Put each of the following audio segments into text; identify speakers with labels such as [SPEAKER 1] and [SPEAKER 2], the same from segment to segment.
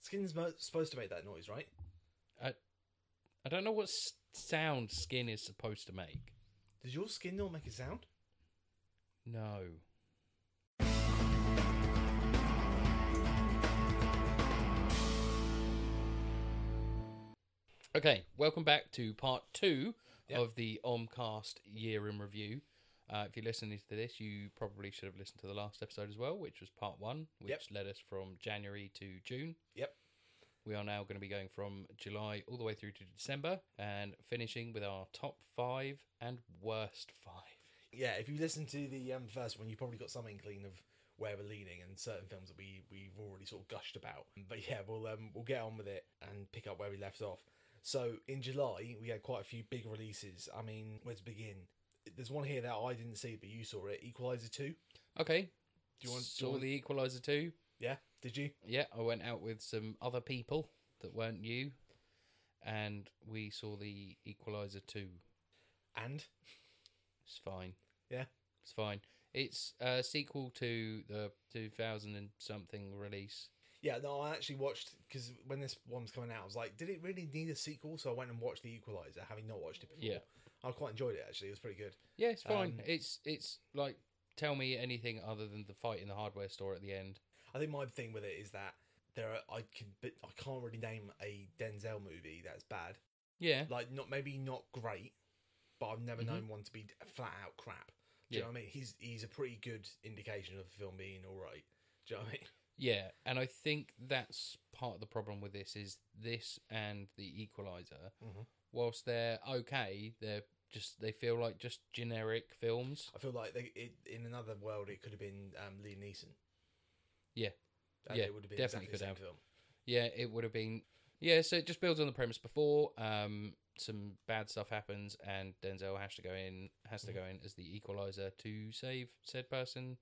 [SPEAKER 1] Skin's mo- supposed to make that noise, right?
[SPEAKER 2] I, I don't know what s- sound skin is supposed to make.
[SPEAKER 1] Does your skin not make a sound?
[SPEAKER 2] No. Okay, welcome back to part two
[SPEAKER 1] Yep.
[SPEAKER 2] of the Omcast Year in Review. Uh, if you're listening to this, you probably should have listened to the last episode as well, which was part one, which
[SPEAKER 1] Yep.
[SPEAKER 2] led us from January to June.
[SPEAKER 1] Yep.
[SPEAKER 2] We are now going to be going from July all the way through to December and finishing with our top five and worst five.
[SPEAKER 1] Yeah, if you listen to the um, first one, you probably got some inkling of where we're leaning and certain films that we we've already sort of gushed about. But yeah, we'll um, we'll get on with it and pick up where we left off. So in July, we had quite a few big releases. I mean, where to begin? There's one here that I didn't see, but you saw it. Equalizer two.
[SPEAKER 2] Okay.
[SPEAKER 1] Do you want- do you
[SPEAKER 2] saw
[SPEAKER 1] want-
[SPEAKER 2] the Equalizer too?
[SPEAKER 1] Yeah, did you?
[SPEAKER 2] Yeah, I went out with some other people that weren't you, and we saw the Equalizer two.
[SPEAKER 1] And
[SPEAKER 2] It's fine.
[SPEAKER 1] yeah,
[SPEAKER 2] It's fine. It's a sequel to the 2000 and something release.
[SPEAKER 1] yeah. No, I actually watched because when this one was coming out, I was like, did it really need a sequel? So I went and watched the Equalizer, having not watched it before.
[SPEAKER 2] Yeah.
[SPEAKER 1] I quite enjoyed it actually. It was pretty good.
[SPEAKER 2] Yeah, it's fine.
[SPEAKER 1] Um,
[SPEAKER 2] it's it's like tell me anything other than the fight in the hardware store at the end.
[SPEAKER 1] I think my thing with it is that there are I can but I can't really name a Denzel movie that's bad.
[SPEAKER 2] Yeah.
[SPEAKER 1] Like not maybe not great, but I've never
[SPEAKER 2] Mhm.
[SPEAKER 1] known one to be flat out crap. Do you know what I mean? He's he's a pretty good indication of a film being all right. Do you know what I mean?
[SPEAKER 2] Yeah, and I think that's part of the problem with this is this and the Equalizer.
[SPEAKER 1] Mhm.
[SPEAKER 2] Whilst they're okay, they're just they feel like just generic films.
[SPEAKER 1] I feel like they, it, in another world it could have been um, Liam Neeson.
[SPEAKER 2] Yeah.
[SPEAKER 1] And
[SPEAKER 2] Yeah,
[SPEAKER 1] it would have been
[SPEAKER 2] definitely
[SPEAKER 1] exactly the
[SPEAKER 2] could
[SPEAKER 1] same
[SPEAKER 2] have.
[SPEAKER 1] film.
[SPEAKER 2] Yeah, it would have been. Yeah, so it just builds on the premise before. Um, some bad stuff happens, and Denzel has to go in, has to go in as the Equalizer to save said person.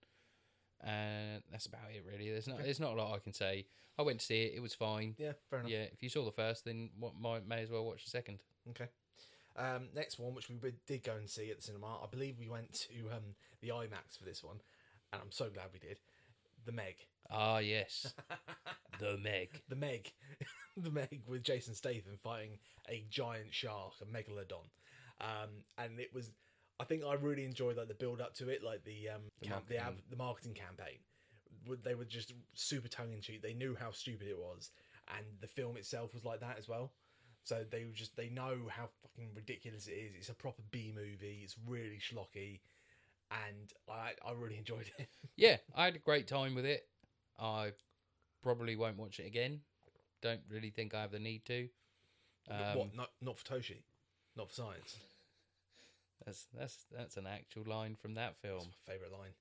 [SPEAKER 2] And that's about it, really. There's not, there's not a lot I can say. I went to see it; it was fine.
[SPEAKER 1] Yeah, fair enough.
[SPEAKER 2] Yeah, if you saw the first, then what might may as well watch the second.
[SPEAKER 1] Okay. Um, next one, which we bi- did go and see at the cinema, I believe we went to um, the IMAX for this one, and I'm so glad we did. The Meg.
[SPEAKER 2] Ah, yes. the Meg.
[SPEAKER 1] The Meg, the Meg with Jason Statham fighting a giant shark, a megalodon, um, and it was. I think I really enjoyed like the build up to it, like the um, the, camp, the, ad,
[SPEAKER 2] marketing.
[SPEAKER 1] the marketing campaign. Would- They were just super tongue in cheek. They knew how stupid it was, and the film itself was like that as well. So they were just they know how fucking ridiculous it is. It's a proper B movie. It's really schlocky, and I I really enjoyed it.
[SPEAKER 2] Yeah, I had a great time with it. I probably won't watch it again. Don't really think I have the need to. Um,
[SPEAKER 1] what not not for Toshi, not for science.
[SPEAKER 2] That's that's that's an actual line from that film.
[SPEAKER 1] It's my favorite line.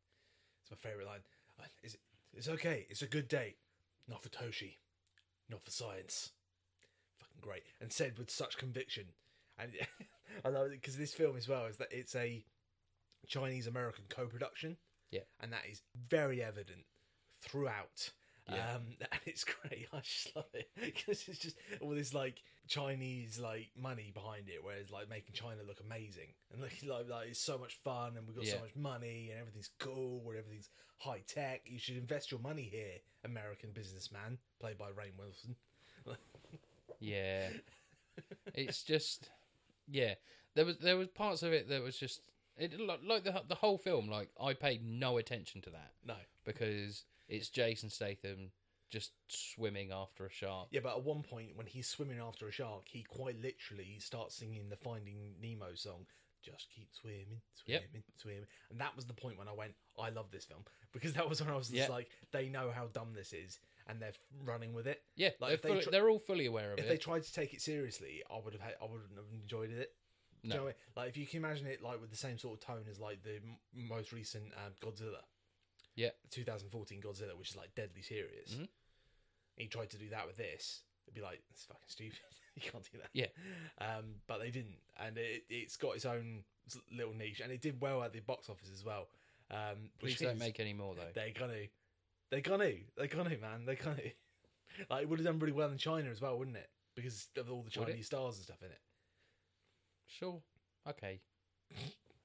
[SPEAKER 1] It's my favorite line. Uh, It's, it's okay. It's a good day. Not for Toshi. Not for science. Fucking great. And said with such conviction. And I love it because this film as well is that it's a Chinese American co production.
[SPEAKER 2] Yeah.
[SPEAKER 1] And that is very evident throughout.
[SPEAKER 2] Yeah.
[SPEAKER 1] Um, and it's great. I just love it because it's just all this like Chinese like money behind it, whereas like making China look amazing and like like, like it's so much fun and we've got so
[SPEAKER 2] Yeah.
[SPEAKER 1] much money and everything's cool and everything's high tech. You should invest your money here, American businessman, played by Rain Wilson.
[SPEAKER 2] Yeah, it's just yeah. There was there was parts of it that was just it like- like the the whole film. Like I paid no attention to that
[SPEAKER 1] No,
[SPEAKER 2] because it's Jason Statham just swimming after a shark.
[SPEAKER 1] yeah, but at one point when he's swimming after a shark, he quite literally starts singing the Finding Nemo song. Just keep swimming,
[SPEAKER 2] Yep.
[SPEAKER 1] swimming, swimming, and that was the point when I went, I love this film because that was when I was just
[SPEAKER 2] Yeah.
[SPEAKER 1] like, they know how dumb this is and they're running with it.
[SPEAKER 2] Yeah,
[SPEAKER 1] Like,
[SPEAKER 2] they're,
[SPEAKER 1] if they
[SPEAKER 2] fully,
[SPEAKER 1] tr-
[SPEAKER 2] they're all fully aware of
[SPEAKER 1] if
[SPEAKER 2] it.
[SPEAKER 1] they tried to take it seriously, I would have had, I wouldn't have enjoyed it. Do you
[SPEAKER 2] No.
[SPEAKER 1] know what I mean? Like if you can imagine it like with the same sort of tone as like the m- most recent um, Godzilla,
[SPEAKER 2] Yeah.
[SPEAKER 1] 2014 Godzilla, which is like deadly serious.
[SPEAKER 2] Mhm.
[SPEAKER 1] He tried to do that with this. It'd be like it's fucking stupid. you can't do that.
[SPEAKER 2] Yeah.
[SPEAKER 1] Um, but they didn't, and it it's got its own s- little niche, and it did well at the box office as well. Um,
[SPEAKER 2] Please
[SPEAKER 1] which
[SPEAKER 2] don't
[SPEAKER 1] is-
[SPEAKER 2] make any more though.
[SPEAKER 1] they're gonna, they're gonna, they're gonna, man, they're gonna. Like it would have done really well in China as well, wouldn't it? Because of all the
[SPEAKER 2] Would it?
[SPEAKER 1] Chinese stars and stuff in it.
[SPEAKER 2] Sure. Okay.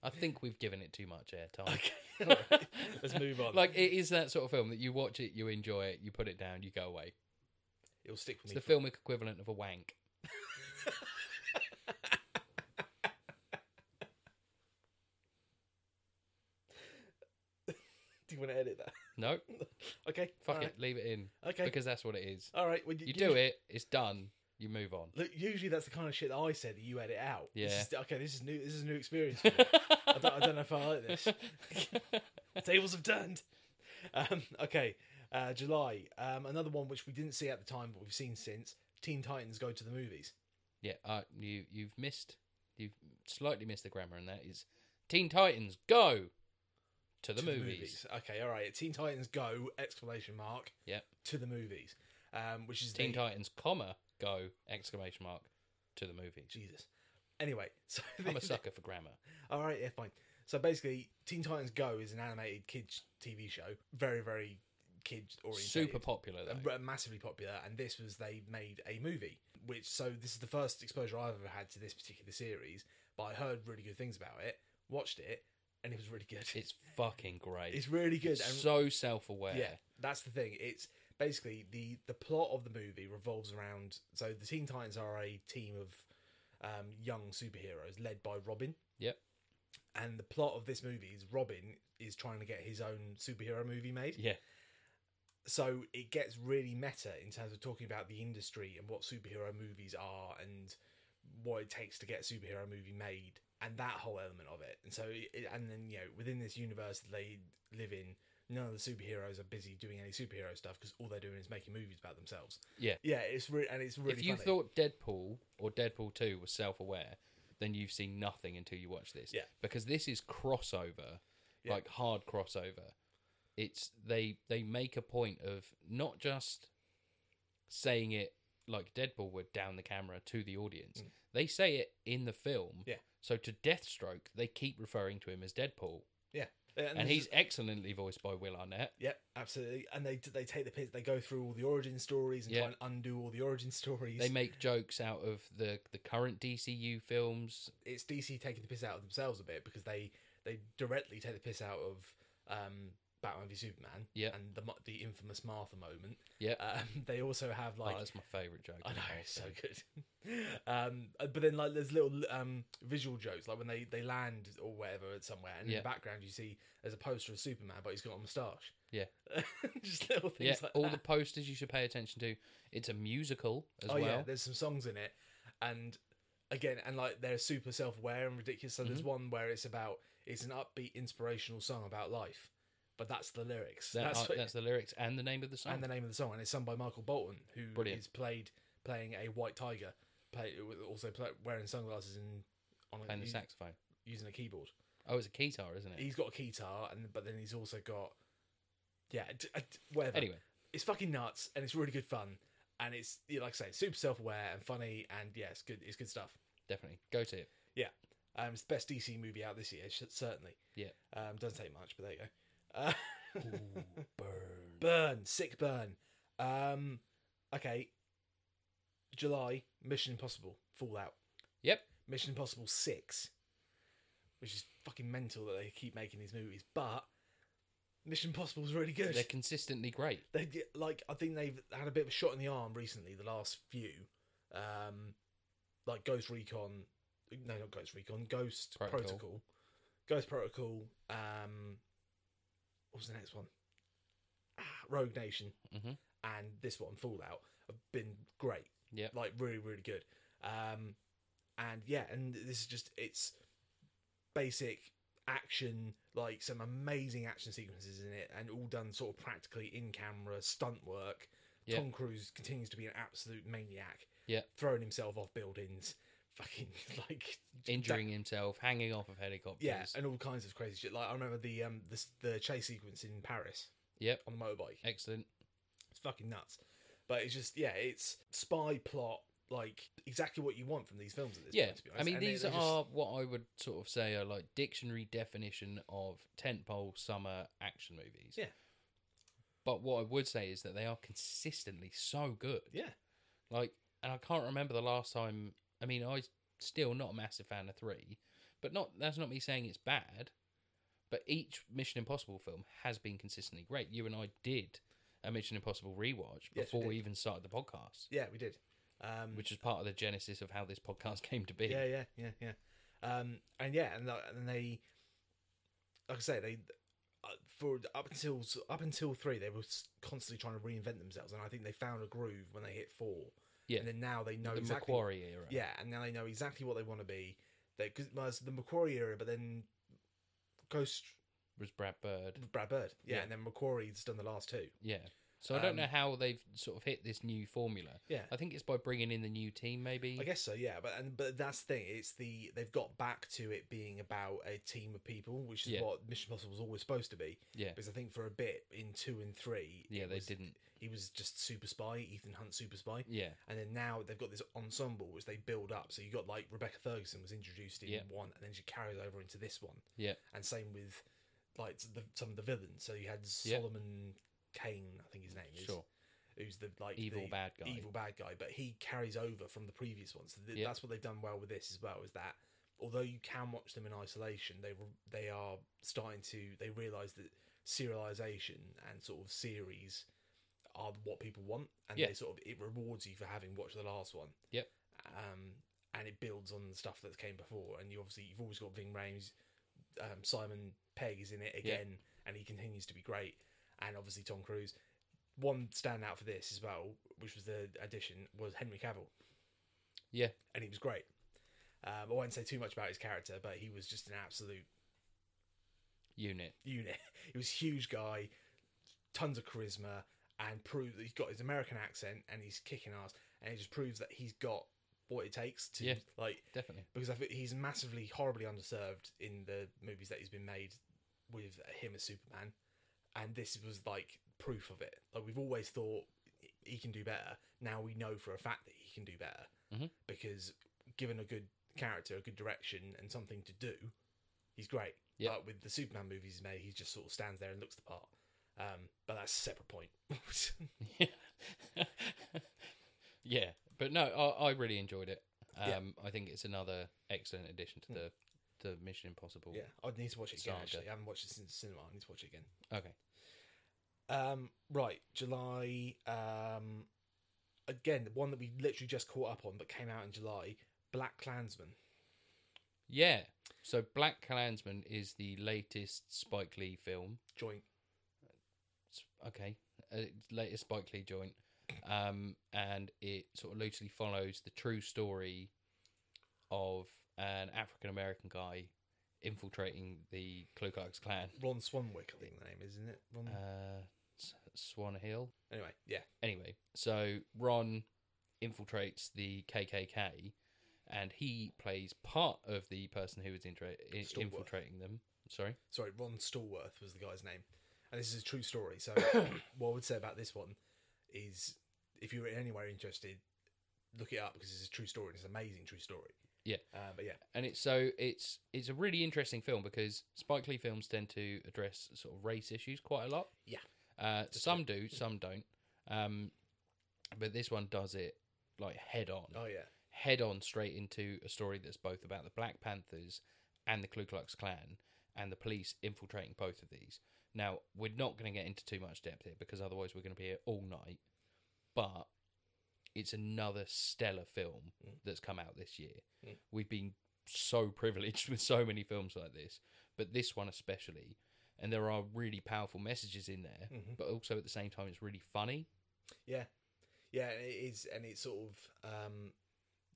[SPEAKER 2] I think we've given it too much airtime.
[SPEAKER 1] Okay, alright. let's move on.
[SPEAKER 2] Like it is that sort of film that you watch it, you enjoy it, you put it down, you go away.
[SPEAKER 1] It'll stick with
[SPEAKER 2] It's
[SPEAKER 1] me.
[SPEAKER 2] the
[SPEAKER 1] for-
[SPEAKER 2] filmic equivalent of a wank.
[SPEAKER 1] Do you want to edit that?
[SPEAKER 2] No,
[SPEAKER 1] okay.
[SPEAKER 2] fuck
[SPEAKER 1] all
[SPEAKER 2] it, leave it in
[SPEAKER 1] right, Okay. Uh,
[SPEAKER 2] because that's what it is.
[SPEAKER 1] all right. Well,
[SPEAKER 2] You do it, it's done. You move on.
[SPEAKER 1] Look, usually that's the kind of shit that I said that you edit out.
[SPEAKER 2] Yeah.
[SPEAKER 1] This is, okay, this is new. This is a new experience. For me. I, don't, I don't know if I like this. Tables have turned. Um, okay, uh, July. Um, another one which we didn't see at the time, but we've seen since. Teen Titans go to the movies.
[SPEAKER 2] Yeah, uh, you you've missed you've slightly missed the grammar, and that is Teen Titans go to the
[SPEAKER 1] To
[SPEAKER 2] movies.
[SPEAKER 1] Okay, all right. Teen Titans go exclamation mark.
[SPEAKER 2] Yep.
[SPEAKER 1] To the movies, um, which is
[SPEAKER 2] Teen
[SPEAKER 1] the,
[SPEAKER 2] Titans, comma go exclamation mark to the movies.
[SPEAKER 1] Jesus. Anyway, so
[SPEAKER 2] I'm a
[SPEAKER 1] the-
[SPEAKER 2] sucker for grammar.
[SPEAKER 1] All right, yeah, fine. So basically, Teen Titans Go is an animated kids TV show, very, very kids oriented,
[SPEAKER 2] Super popular though.
[SPEAKER 1] massively popular. And this was they made a movie, which so this is the first exposure I've ever had to this particular series. But I heard really good things about it, watched it, and it was really good.
[SPEAKER 2] It's fucking great.
[SPEAKER 1] It's really good.
[SPEAKER 2] It's
[SPEAKER 1] and
[SPEAKER 2] so self-aware.
[SPEAKER 1] yeah, that's the thing. It's basically the the plot of the movie revolves around. So the Teen Titans are a team of um, young superheroes led by Robin.
[SPEAKER 2] Yep.
[SPEAKER 1] And the plot of this movie is Robin is trying to get his own superhero movie made.
[SPEAKER 2] Yeah.
[SPEAKER 1] So it gets really meta in terms of talking about the industry and what superhero movies are and what it takes to get a superhero movie made and that whole element of it. And so, it, and then, you know, within this universe that they live in, none of the superheroes are busy doing any superhero stuff because all they're doing is making movies about themselves.
[SPEAKER 2] Yeah.
[SPEAKER 1] Yeah, it's re- and it's really
[SPEAKER 2] if you
[SPEAKER 1] funny.
[SPEAKER 2] thought Deadpool or Deadpool 2 was self-aware, then you've seen nothing until you watch this.
[SPEAKER 1] Yeah.
[SPEAKER 2] Because this is crossover,
[SPEAKER 1] Yeah.
[SPEAKER 2] like hard crossover. It's they they make a point of not just saying it like Deadpool would down the camera to the audience. They say it in the film.
[SPEAKER 1] Mm. Yeah.
[SPEAKER 2] So to Deathstroke, they keep referring to him as Deadpool,
[SPEAKER 1] yeah.
[SPEAKER 2] and,
[SPEAKER 1] this
[SPEAKER 2] he's
[SPEAKER 1] is-
[SPEAKER 2] excellently voiced by Will Arnett.
[SPEAKER 1] Yep, absolutely. And they they take the piss. They go through all the origin stories and
[SPEAKER 2] Yeah.
[SPEAKER 1] try and undo all the origin stories.
[SPEAKER 2] They make jokes out of the the current DCU films
[SPEAKER 1] it's DC taking the piss out of themselves a bit because they they directly take the piss out of um, Batman v Superman.
[SPEAKER 2] Yeah.
[SPEAKER 1] and the mo- the infamous Martha moment.
[SPEAKER 2] Yeah.
[SPEAKER 1] um, they also have like.
[SPEAKER 2] oh, that's my favourite joke.
[SPEAKER 1] I
[SPEAKER 2] in
[SPEAKER 1] know,
[SPEAKER 2] the whole
[SPEAKER 1] it's so
[SPEAKER 2] thing.
[SPEAKER 1] good. um, uh, but then like there's little um, visual jokes, like when they, they land or whatever at somewhere, and
[SPEAKER 2] Yeah.
[SPEAKER 1] in the background you see there's a poster of Superman, but he's got a moustache.
[SPEAKER 2] Yeah.
[SPEAKER 1] just little things.
[SPEAKER 2] Yeah,
[SPEAKER 1] like
[SPEAKER 2] all
[SPEAKER 1] that.
[SPEAKER 2] the posters you should pay attention to. It's a musical as
[SPEAKER 1] oh
[SPEAKER 2] well.
[SPEAKER 1] yeah, there's some songs in it, and again, and like they're super self-aware and ridiculous. So
[SPEAKER 2] Mm-hmm.
[SPEAKER 1] there's one where it's about it's an upbeat, inspirational song about life, but that's the lyrics.
[SPEAKER 2] That-
[SPEAKER 1] that's
[SPEAKER 2] uh,
[SPEAKER 1] what-
[SPEAKER 2] that's the lyrics and the name of the song.
[SPEAKER 1] and the name of the song, and it's sung by Michael Bolton, who is
[SPEAKER 2] Brilliant.
[SPEAKER 1] played playing a white tiger, play also play, wearing sunglasses and on a,
[SPEAKER 2] Playing the
[SPEAKER 1] u-
[SPEAKER 2] saxophone.
[SPEAKER 1] using a keyboard.
[SPEAKER 2] Oh, it's a guitar, isn't it?
[SPEAKER 1] He's got a guitar, and but then he's also got yeah, d- uh, d- whatever
[SPEAKER 2] Anyway,
[SPEAKER 1] it's fucking nuts and it's really good fun and it's yeah, like I say super self aware and funny and yeah it's good it's good stuff.
[SPEAKER 2] definitely go to it.
[SPEAKER 1] Um, it's the best DC movie out this year sh- certainly.
[SPEAKER 2] Yeah.
[SPEAKER 1] Um, doesn't take much, but there you go. Uh,
[SPEAKER 2] burn.
[SPEAKER 1] burn, sick burn. Um, okay. July Mission Impossible Fallout.
[SPEAKER 2] Yep.
[SPEAKER 1] Mission Impossible Six, which is fucking mental that they keep making these movies, but Mission Impossible is really good.
[SPEAKER 2] They're consistently great.
[SPEAKER 1] they get- like I think they've had a bit of a shot in the arm recently. The last few, um, like Ghost Recon, no, not Ghost Recon, Ghost Protocol,
[SPEAKER 2] Protocol.
[SPEAKER 1] Ghost Protocol. Um, what was the next one? Ah, Rogue Nation
[SPEAKER 2] Mhm.
[SPEAKER 1] and this one Fallout have been great.
[SPEAKER 2] Yep.
[SPEAKER 1] like really, really good. Um, and yeah, and this is just it's basic action, like some amazing action sequences in it, and all done sort of practically in camera stunt work.
[SPEAKER 2] Yeah.
[SPEAKER 1] Tom Cruise continues to be an absolute maniac.
[SPEAKER 2] Yeah.
[SPEAKER 1] throwing himself off buildings, fucking like
[SPEAKER 2] Injuring himself, hanging off of helicopters.
[SPEAKER 1] yeah, and all kinds of crazy shit. Like I remember the um the, the chase sequence in Paris
[SPEAKER 2] Yep.
[SPEAKER 1] on the motorbike.
[SPEAKER 2] Excellent.
[SPEAKER 1] It's fucking nuts. But it's just yeah, it's spy plot like exactly what you want from these films at this
[SPEAKER 2] Yeah.
[SPEAKER 1] point. To be
[SPEAKER 2] I
[SPEAKER 1] honest.
[SPEAKER 2] mean,
[SPEAKER 1] And they-
[SPEAKER 2] these
[SPEAKER 1] they just-
[SPEAKER 2] are what I would sort of say are like dictionary definition of tentpole summer action movies.
[SPEAKER 1] Yeah.
[SPEAKER 2] But what I would say is that they are consistently so good.
[SPEAKER 1] yeah,
[SPEAKER 2] Like, and I can't remember the last time. I mean, I still not a massive fan of three, but not that's not me saying it's bad. But each Mission Impossible film has been consistently great. You and I did a Mission Impossible rewatch
[SPEAKER 1] we
[SPEAKER 2] before we
[SPEAKER 1] did.
[SPEAKER 2] even started the podcast,
[SPEAKER 1] Yeah, we did. Um,
[SPEAKER 2] which is part of the genesis of how this podcast came to be.
[SPEAKER 1] yeah, yeah, yeah, yeah. Um, and yeah, and, the- and they, like I say, they uh, for up until up until three, they were s- constantly trying to reinvent themselves, and I think they found a groove when they hit four.
[SPEAKER 2] Yeah.
[SPEAKER 1] and then now they know
[SPEAKER 2] the
[SPEAKER 1] exactly.
[SPEAKER 2] Macquarie era.
[SPEAKER 1] Yeah, and now they know exactly what they want to be. They because the Macquarie era, but then Ghost
[SPEAKER 2] was Brad Bird.
[SPEAKER 1] Brad Bird, yeah,
[SPEAKER 2] Yeah.
[SPEAKER 1] and then Macquarie's done the last two.
[SPEAKER 2] Yeah. So I don't
[SPEAKER 1] Um,
[SPEAKER 2] know how they've sort of hit this new formula.
[SPEAKER 1] Yeah.
[SPEAKER 2] I think it's by bringing in the new team, maybe.
[SPEAKER 1] I guess so, yeah. But and but that's the thing. It's the they've got back to it being about a team of people, which is
[SPEAKER 2] Yeah.
[SPEAKER 1] what Mission Impossible was always supposed to be.
[SPEAKER 2] Yeah.
[SPEAKER 1] Because I think for a bit in two and three,
[SPEAKER 2] Yeah,
[SPEAKER 1] it
[SPEAKER 2] they
[SPEAKER 1] was-
[SPEAKER 2] didn't.
[SPEAKER 1] He was just super spy, Ethan Hunt super spy,
[SPEAKER 2] Yeah.
[SPEAKER 1] and then now they've got this ensemble which they build up. So you got like Rebecca Ferguson was introduced in
[SPEAKER 2] Yeah.
[SPEAKER 1] one, and then she carries over into this one,
[SPEAKER 2] Yeah.
[SPEAKER 1] and same with like the, some of the villains. So you had
[SPEAKER 2] Yeah.
[SPEAKER 1] Solomon Kane, I think his name is,
[SPEAKER 2] Sure.
[SPEAKER 1] who's the like
[SPEAKER 2] Evil
[SPEAKER 1] the,
[SPEAKER 2] bad guy.
[SPEAKER 1] evil bad guy, but he carries over from the previous ones. So th-
[SPEAKER 2] Yeah.
[SPEAKER 1] That's what they've done well with this as well. Is that although you can watch them in isolation, they re- they are starting to they realise that serialization and sort of series are what people want, and
[SPEAKER 2] Yeah.
[SPEAKER 1] they sort of it rewards you for having watched the last one.
[SPEAKER 2] Yep.
[SPEAKER 1] Um, and it builds on the stuff that came before, and you obviously you've always got Ving Rhames, um, Simon Pegg is in it
[SPEAKER 2] Yeah.
[SPEAKER 1] again, and he continues to be great, and obviously Tom Cruise one standout for this as well, which was the addition, was Henry Cavill,
[SPEAKER 2] Yeah.
[SPEAKER 1] and he was great. Um, I won't say too much about his character, but he was just an absolute
[SPEAKER 2] Unit.
[SPEAKER 1] unit. He was a huge guy, tons of charisma, and proved that he's got his American accent and he's kicking ass, and it just proves that he's got what it takes to
[SPEAKER 2] Yeah.
[SPEAKER 1] like
[SPEAKER 2] Definitely.
[SPEAKER 1] because I think he's massively horribly underserved in the movies that he's been made with him as Superman, and this was like proof of it. Like we've always thought he can do better. Now we know for a fact that he can do better
[SPEAKER 2] Mhm.
[SPEAKER 1] because given a good character, a good direction, and something to do, he's great.
[SPEAKER 2] Yeah.
[SPEAKER 1] But with the Superman movies he's made, he just sort of stands there and looks the part. Um, but that's a separate point.
[SPEAKER 2] Yeah. yeah. But no, I, I really enjoyed it. Um,
[SPEAKER 1] Yeah. Hmm.
[SPEAKER 2] I think it's another excellent addition to the, the Mission Impossible.
[SPEAKER 1] yeah, I need to watch it again.
[SPEAKER 2] Saga.
[SPEAKER 1] Actually, I haven't watched it since cinema. I need to watch it again.
[SPEAKER 2] Okay.
[SPEAKER 1] Um, right, July. Um, again, the one that we literally just caught up on, but came out in July. Black Klansman.
[SPEAKER 2] Yeah. So Black Klansman is the latest Spike Lee film.
[SPEAKER 1] Joint.
[SPEAKER 2] s- okay, uh, latest Spike Lee joint, um, and it sort of loosely follows the true story of an African American guy infiltrating the Ku Klux Klan,
[SPEAKER 1] Ron Swanwick, I think the name is, isn't it? Ron.
[SPEAKER 2] uh, S- Swan Hill.
[SPEAKER 1] anyway, yeah,
[SPEAKER 2] Anyway, so Ron infiltrates the KKK, and he plays part of the person who is intra- i-
[SPEAKER 1] Stalwart.
[SPEAKER 2] infiltrating them. Sorry.
[SPEAKER 1] sorry, Ron Stallworth was the guy's name. And this is a true story. So, what I would say about this one is if you're in anywhere interested, look it up because it's a true story and it's an amazing true story.
[SPEAKER 2] Yeah.
[SPEAKER 1] Uh, but yeah,
[SPEAKER 2] and it's so it's it's a really interesting film because Spike Lee films tend to address sort of race issues quite a lot.
[SPEAKER 1] Yeah.
[SPEAKER 2] uh, some do, some don't. Um, but this one does it like head on,
[SPEAKER 1] oh yeah,
[SPEAKER 2] head on straight into a story that's both about the Black Panthers and the Ku Klux Klan and the police infiltrating both of these. Now we're not going to get into too much depth here because otherwise we're going to be here all night. But it's another stellar film
[SPEAKER 1] Mm.
[SPEAKER 2] that's come out this year.
[SPEAKER 1] Mm.
[SPEAKER 2] We've been so privileged with so many films like this, but this one especially. And there are really powerful messages in there,
[SPEAKER 1] Mhm.
[SPEAKER 2] but also at the same time, it's really funny.
[SPEAKER 1] yeah, and it is, and it's sort of um,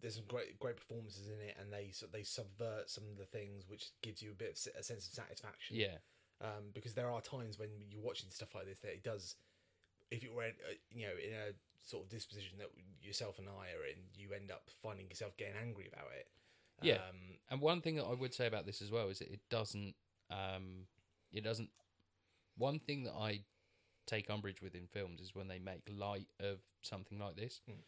[SPEAKER 1] there's some great great performances in it, and they so they subvert some of the things, which gives you a bit of s- a sense of satisfaction.
[SPEAKER 2] Yeah,
[SPEAKER 1] um, because there are times when you're watching stuff like this that it does. If you were, uh, you know, in a sort of disposition that yourself and I are in, you end up finding yourself getting angry about it.
[SPEAKER 2] Yeah.
[SPEAKER 1] um,
[SPEAKER 2] and one thing that I would say about this as well is that it doesn't, um, it doesn't. One thing that I take umbrage with in films is when they make light of something like this
[SPEAKER 1] Mm.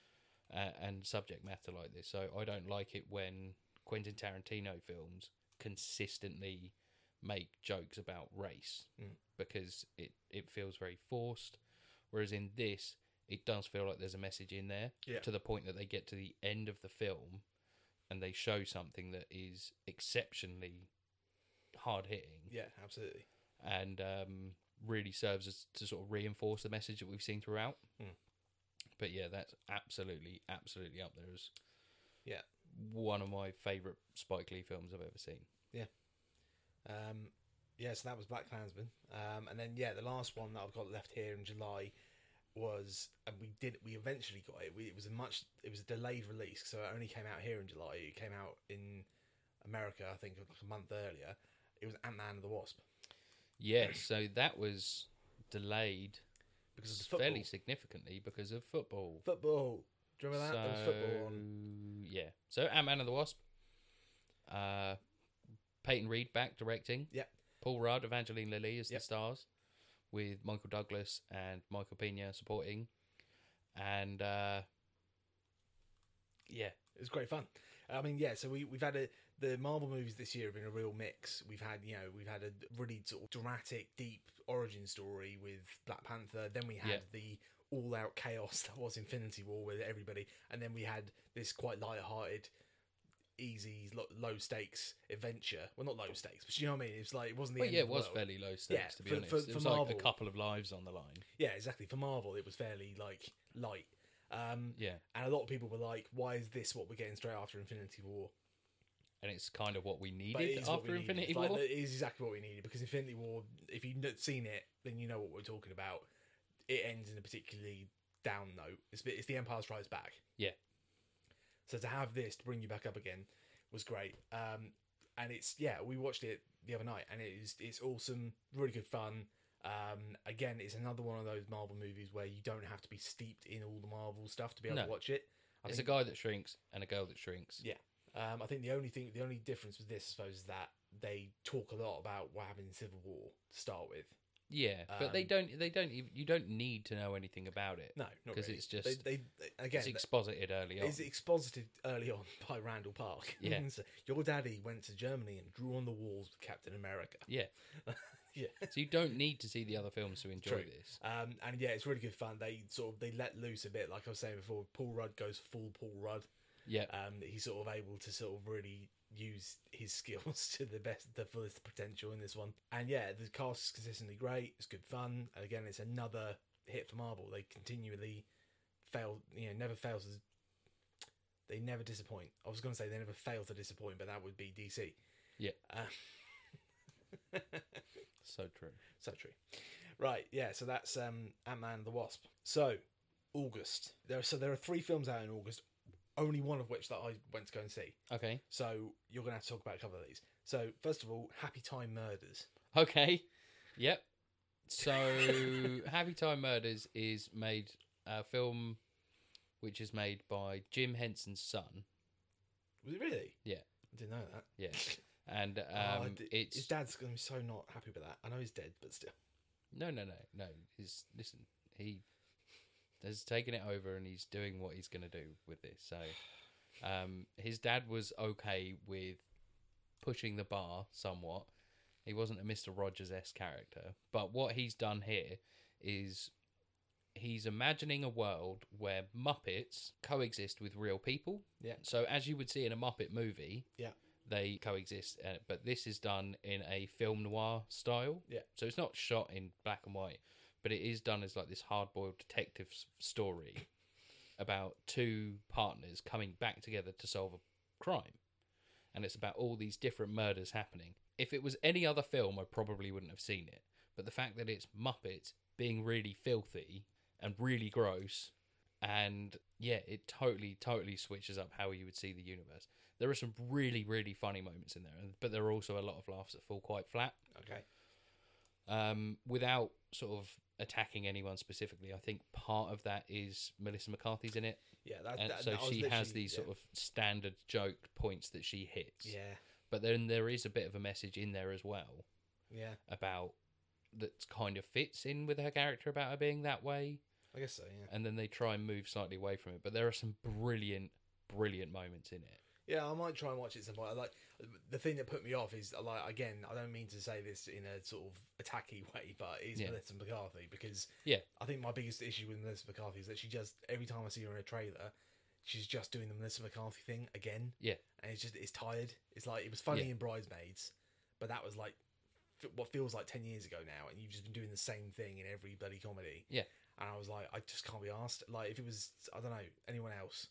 [SPEAKER 2] uh, and subject matter like this. So I don't like it when Quentin Tarantino films consistently make jokes about race
[SPEAKER 1] Mm.
[SPEAKER 2] because it it feels very forced. Whereas in this, it does feel like there's a message in there
[SPEAKER 1] Yeah.
[SPEAKER 2] to the point that they get to the end of the film and they show something that is exceptionally hard hitting
[SPEAKER 1] yeah, absolutely.
[SPEAKER 2] and um, really serves as to sort of reinforce the message that we've seen throughout.
[SPEAKER 1] Hmm.
[SPEAKER 2] But yeah, that's absolutely, absolutely up there as
[SPEAKER 1] Yeah.
[SPEAKER 2] one of my favourite Spike Lee films I've ever seen.
[SPEAKER 1] Um, yeah, so that was Black Klansman, um, and then yeah, the last one that I've got left here in July was, and we did, we eventually got it. We, it was a much, it was a delayed release, so it only came out here in July. It came out in America, I think, like a month earlier. It was Ant Man and the Wasp
[SPEAKER 2] Yeah, so that was delayed
[SPEAKER 1] because of the football.
[SPEAKER 2] fairly significantly because of football.
[SPEAKER 1] Football. Do you remember that? there was football on.
[SPEAKER 2] So, Yeah. So Ant Man and the Wasp. Uh Peyton Reed back directing.
[SPEAKER 1] Yep.
[SPEAKER 2] Paul Rudd, Evangeline Lilly as
[SPEAKER 1] Yep.
[SPEAKER 2] the stars, with Michael Douglas and Michael Pena supporting. And uh Yeah.
[SPEAKER 1] It was great fun. I mean, yeah. So we we've had a the Marvel movies this year have been a real mix. We've had you know we've had a really sort of dramatic, deep origin story with Black Panther. Then we had
[SPEAKER 2] Yeah.
[SPEAKER 1] the all out chaos that was Infinity War with everybody, and then we had this quite light hearted. Easy, lo- low stakes adventure. Well, not low stakes, but you know what I mean. It's like it wasn't the
[SPEAKER 2] Well,
[SPEAKER 1] end
[SPEAKER 2] yeah,
[SPEAKER 1] of
[SPEAKER 2] it
[SPEAKER 1] the
[SPEAKER 2] was
[SPEAKER 1] world.
[SPEAKER 2] fairly low stakes
[SPEAKER 1] Yeah,
[SPEAKER 2] to be
[SPEAKER 1] for-
[SPEAKER 2] honest.
[SPEAKER 1] for-
[SPEAKER 2] it
[SPEAKER 1] for
[SPEAKER 2] was
[SPEAKER 1] Marvel.
[SPEAKER 2] like a couple of lives on the line.
[SPEAKER 1] Yeah, exactly. For Marvel, it was fairly like light, um,
[SPEAKER 2] Yeah.
[SPEAKER 1] and a lot of people were like, "Why is this what we're getting straight after Infinity War?"
[SPEAKER 2] And it's kind of what we
[SPEAKER 1] But it
[SPEAKER 2] needed
[SPEAKER 1] is what
[SPEAKER 2] after
[SPEAKER 1] we needed.
[SPEAKER 2] Infinity
[SPEAKER 1] Like,
[SPEAKER 2] War.
[SPEAKER 1] It is exactly what we needed because Infinity War, if you've not seen it, then you know what we're talking about. It ends in a particularly down note. It's, the- it's the Empire Strikes Back.
[SPEAKER 2] Yeah.
[SPEAKER 1] So to have this to bring you back up again was great. Um, and it's yeah, we watched it the other night, and it is it's awesome, really good fun. Um, again, it's another one of those Marvel movies where you don't have to be steeped in all the Marvel stuff to be able
[SPEAKER 2] No.
[SPEAKER 1] to watch it. I
[SPEAKER 2] it's
[SPEAKER 1] think-
[SPEAKER 2] a guy that shrinks and a girl that shrinks.
[SPEAKER 1] Yeah. um, I think the only thing, the only difference with this, I suppose, is that they talk a lot about what happened in Civil War to start with.
[SPEAKER 2] Yeah, but they
[SPEAKER 1] Um,
[SPEAKER 2] don't. They don't. ev- You don't need to know anything about it.
[SPEAKER 1] No, not
[SPEAKER 2] 'Cause
[SPEAKER 1] really.
[SPEAKER 2] it's
[SPEAKER 1] They-
[SPEAKER 2] just-
[SPEAKER 1] they, again.
[SPEAKER 2] it's exposited early on.
[SPEAKER 1] it's exposited early on by Randall Park.
[SPEAKER 2] Yeah.
[SPEAKER 1] So, Your daddy went to Germany and drew on the walls with Captain America.
[SPEAKER 2] Yeah.
[SPEAKER 1] yeah.
[SPEAKER 2] So you don't need to see the other films to enjoy
[SPEAKER 1] True.
[SPEAKER 2] this.
[SPEAKER 1] Um, and yeah, it's really good fun. They sort of they let loose a bit, like I was saying before. Paul Rudd goes full Paul Rudd.
[SPEAKER 2] Yeah,
[SPEAKER 1] Um, he's sort of able to sort of really use his skills to the best, the fullest potential in this one. And yeah, the cast is consistently great. It's good fun. And again, it's another hit for Marvel. They continually fail, you know, never fail to. They never disappoint. I was going to say they never fail to disappoint, but that would be DC.
[SPEAKER 2] Yeah.
[SPEAKER 1] Um,
[SPEAKER 2] so true.
[SPEAKER 1] so true. Right, yeah, so that's um, Ant Man and the Wasp. So, August. There, So there are three films out in August, only one of which that I went to go and see.
[SPEAKER 2] Okay,
[SPEAKER 1] So you're going to have to talk about a couple of these. So, first of all, Happy Time Murders.
[SPEAKER 2] okay, yep. So Happy Time Murders is made a film, which is made by Jim Henson's son.
[SPEAKER 1] Was it really?
[SPEAKER 2] Yeah.
[SPEAKER 1] I didn't know that.
[SPEAKER 2] Yeah, and um,
[SPEAKER 1] Oh, I di-
[SPEAKER 2] it's
[SPEAKER 1] His dad's going to be so not happy with that. I know he's dead, but still.
[SPEAKER 2] No, no, no, no. He's listen. He has taken it over, and he's doing what he's going to do with this. So, um, his dad was okay with pushing the bar somewhat. He wasn't a Mister Rogers s character, but what he's done here is he's imagining a world where Muppets coexist with real people.
[SPEAKER 1] Yeah.
[SPEAKER 2] So as you would see in a Muppet movie,
[SPEAKER 1] Yeah.
[SPEAKER 2] they coexist, uh, but this is done in a film noir style.
[SPEAKER 1] Yeah.
[SPEAKER 2] So it's not shot in black and white, but it is done as like this hard-boiled detective s- story about two partners coming back together to solve a crime. And it's about all these different murders happening. If it was any other film, I probably wouldn't have seen it. But the fact that it's Muppets being really filthy and really gross and yeah, it totally, totally switches up how you would see the universe. There are some really, really funny moments in there, and- but there are also a lot of laughs that fall quite flat
[SPEAKER 1] Okay.
[SPEAKER 2] um, without sort of attacking anyone specifically. I think part of that is Melissa McCarthy's in it,
[SPEAKER 1] Yeah, that,
[SPEAKER 2] and
[SPEAKER 1] that,
[SPEAKER 2] so
[SPEAKER 1] that was
[SPEAKER 2] she has
[SPEAKER 1] literally-
[SPEAKER 2] these
[SPEAKER 1] yeah.
[SPEAKER 2] sort of standard joke points that she hits.
[SPEAKER 1] Yeah,
[SPEAKER 2] But then there is a bit of a message in there as well
[SPEAKER 1] yeah.
[SPEAKER 2] about that kind of fits in with her character about her being that way
[SPEAKER 1] I guess so, yeah.
[SPEAKER 2] and then they try and move slightly away from it. But there are some brilliant, brilliant moments in it.
[SPEAKER 1] Yeah, I might try and watch it at some point. I like the thing that put me off is like again, I don't mean to say this in a sort of attacky way, but it is
[SPEAKER 2] Yeah.
[SPEAKER 1] Melissa McCarthy because
[SPEAKER 2] Yeah.
[SPEAKER 1] I think my biggest issue with Melissa McCarthy is that she just every time I see her in a trailer, she's just doing the Melissa McCarthy thing again.
[SPEAKER 2] Yeah.
[SPEAKER 1] and it's just it's tired. It's like it was funny in Bridesmaids, but that was like f- what feels like 10 years ago now and you've just been doing the same thing in every bloody comedy
[SPEAKER 2] Yeah.
[SPEAKER 1] and i was like i just can't be asked like if it was i don't know anyone else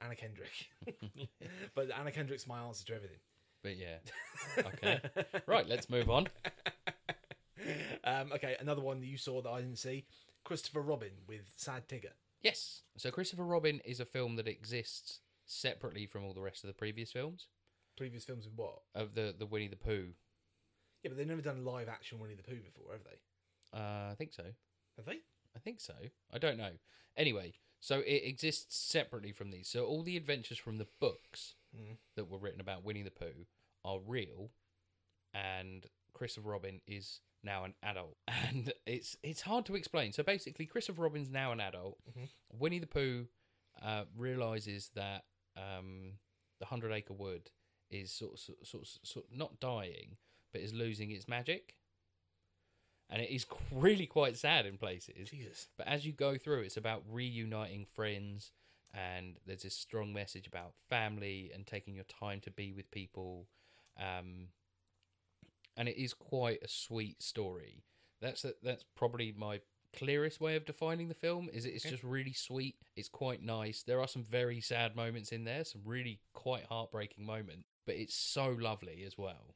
[SPEAKER 1] anna kendrick but anna kendrick's my answer to everything
[SPEAKER 2] But yeah. Okay. right, let's move on.
[SPEAKER 1] um, okay another one that you saw that i didn't see christopher robin with sad tigger
[SPEAKER 2] Yes. So Christopher Robin is a film that exists separately from all the rest of the previous films
[SPEAKER 1] previous films with what
[SPEAKER 2] of the the Winnie the Pooh.
[SPEAKER 1] yeah but they've never done live action winnie the pooh before have they
[SPEAKER 2] Uh, I think so.
[SPEAKER 1] have they
[SPEAKER 2] I think so. I don't know. Anyway, so it exists separately from these. So all the adventures from the books
[SPEAKER 1] Mm.
[SPEAKER 2] that were written about Winnie the Pooh are real, and Christopher Robin is now an adult, and it's it's hard to explain. So basically, Christopher Robin's now an adult.
[SPEAKER 1] Mhm.
[SPEAKER 2] Winnie the Pooh uh, realizes that um, the Hundred Acre Wood is sort of, sort, of- sort, of- sort of not dying, but is losing its magic. And it is really quite sad in places.
[SPEAKER 1] jesus
[SPEAKER 2] But as you go through, it's about reuniting friends, and there's this strong message about family and taking your time to be with people. Um, and it is quite a sweet story. That's that's probably my clearest way of defining the film. Is it's
[SPEAKER 1] Okay.
[SPEAKER 2] just really sweet. It's quite nice. There are some very sad moments in there, some really quite heartbreaking moments, but it's so lovely as well.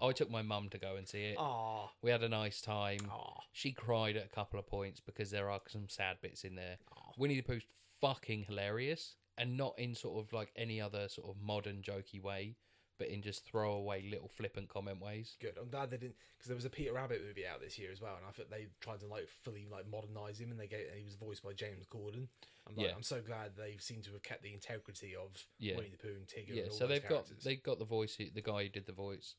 [SPEAKER 1] Aw.
[SPEAKER 2] I took my mum to go and see it.
[SPEAKER 1] Aw.
[SPEAKER 2] We had a nice time.
[SPEAKER 1] Aw.
[SPEAKER 2] She cried at a couple of points because there are some sad bits in there.
[SPEAKER 1] Aw.
[SPEAKER 2] Winnie the Pooh's fucking hilarious and not in sort of like any other sort of modern jokey way, but in just throwaway little flippant comment ways.
[SPEAKER 1] good. I'm glad they didn't because there was a Peter Rabbit movie out this year as well, and I thought they tried to like fully like modernize him, and they gave and he was voiced by James Corden. I'm like,
[SPEAKER 2] Yeah.
[SPEAKER 1] I'm so glad they seem to have kept the integrity of
[SPEAKER 2] Yeah.
[SPEAKER 1] Winnie the Pooh and Tigger.
[SPEAKER 2] Yeah,
[SPEAKER 1] and all
[SPEAKER 2] so
[SPEAKER 1] those
[SPEAKER 2] they've got
[SPEAKER 1] characters.
[SPEAKER 2] they've got the voice the guy who did the voice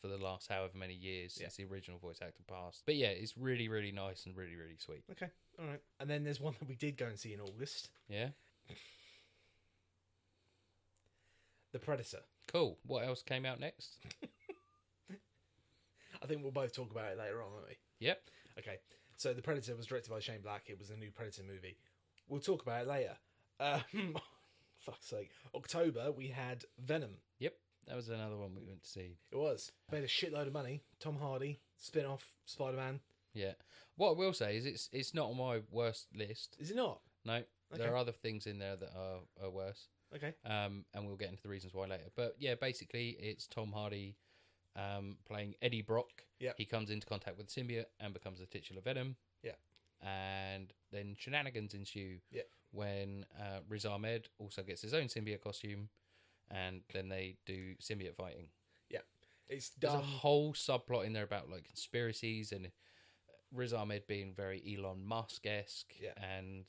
[SPEAKER 2] for the last however many years
[SPEAKER 1] Yeah.
[SPEAKER 2] since the original voice actor passed. But yeah, it's really really nice and really really sweet.
[SPEAKER 1] okay, all right. And then there's one that we did go and see in August,
[SPEAKER 2] Yeah.
[SPEAKER 1] The Predator.
[SPEAKER 2] Cool. What else came out next?
[SPEAKER 1] I think we'll both talk about it later on, won't we?
[SPEAKER 2] Yep.
[SPEAKER 1] Okay, so The Predator was directed by Shane Black. It was a new Predator movie. We'll talk about it later. Um, fuck's sake. October we had Venom.
[SPEAKER 2] That was another one we went to see.
[SPEAKER 1] It was made a shitload of money. Tom Hardy spin off Spider Man.
[SPEAKER 2] Yeah. What I will say is it's it's not on my worst list.
[SPEAKER 1] Is it not?
[SPEAKER 2] No,
[SPEAKER 1] Okay.
[SPEAKER 2] there are other things in there that are, are worse,
[SPEAKER 1] Okay.
[SPEAKER 2] um, and we'll get into the reasons why later. But yeah, basically, it's Tom Hardy um, playing Eddie Brock.
[SPEAKER 1] Yep.
[SPEAKER 2] he comes into contact with the symbiote and becomes the titular Venom.
[SPEAKER 1] Yep.
[SPEAKER 2] and then shenanigans ensue.
[SPEAKER 1] Yep.
[SPEAKER 2] when uh, Riz Ahmed also gets his own symbiote costume, and then they do symbiote fighting.
[SPEAKER 1] It's
[SPEAKER 2] There's a
[SPEAKER 1] dumb.
[SPEAKER 2] whole subplot in there about like conspiracies and Riz Ahmed being very Elon Musk esque
[SPEAKER 1] Yeah.
[SPEAKER 2] and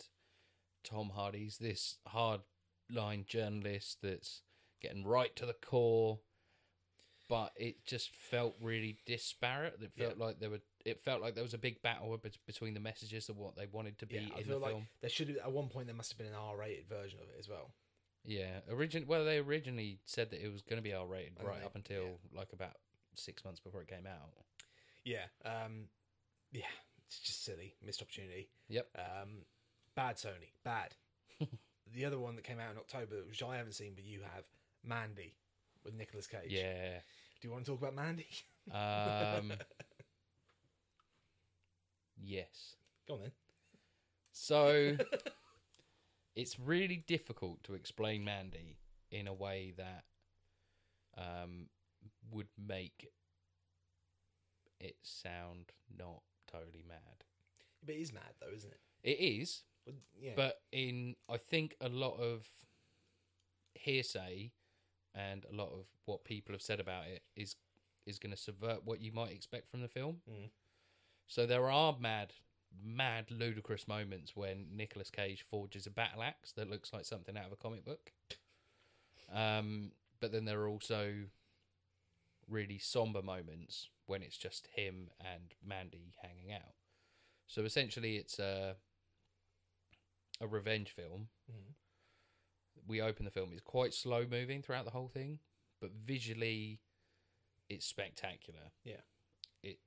[SPEAKER 2] Tom Hardy's this hard line journalist that's getting right to the core. But it just felt really disparate. It felt like there were. It felt like there was a big battle bet- between the messages of what they wanted to be
[SPEAKER 1] yeah, I
[SPEAKER 2] in
[SPEAKER 1] feel
[SPEAKER 2] the
[SPEAKER 1] like
[SPEAKER 2] film.
[SPEAKER 1] there should have at one point there must have been an R rated version of it as well.
[SPEAKER 2] Yeah, origin. Well, they originally said that it was going to be R rated
[SPEAKER 1] And
[SPEAKER 2] right
[SPEAKER 1] they-
[SPEAKER 2] up until
[SPEAKER 1] yeah.
[SPEAKER 2] like about six months before it came out.
[SPEAKER 1] Yeah. Um yeah, it's just silly. Missed opportunity.
[SPEAKER 2] Yep.
[SPEAKER 1] Um bad Sony. Bad. the other one that came out in October, which I haven't seen but you have, Mandy with Nicolas Cage.
[SPEAKER 2] Yeah.
[SPEAKER 1] Do you want to talk about Mandy?
[SPEAKER 2] Um, yes.
[SPEAKER 1] Go on then.
[SPEAKER 2] So it's really difficult to explain Mandy in a way that um, would make it sound not totally mad.
[SPEAKER 1] But it is mad though, isn't it?
[SPEAKER 2] It is,
[SPEAKER 1] But, yeah.
[SPEAKER 2] but in I think a lot of hearsay and a lot of what people have said about it is is going to subvert what you might expect from the film.
[SPEAKER 1] Mm.
[SPEAKER 2] So there are mad, mad, ludicrous moments when Nicolas Cage forges a battle axe that looks like something out of a comic book. Um, but then there are also really somber moments when it's just him and Mandy hanging out. So essentially, it's a a revenge film.
[SPEAKER 1] Mhm.
[SPEAKER 2] We open the film; it's quite slow moving throughout the whole thing, but visually, it's spectacular.
[SPEAKER 1] Yeah.
[SPEAKER 2] It,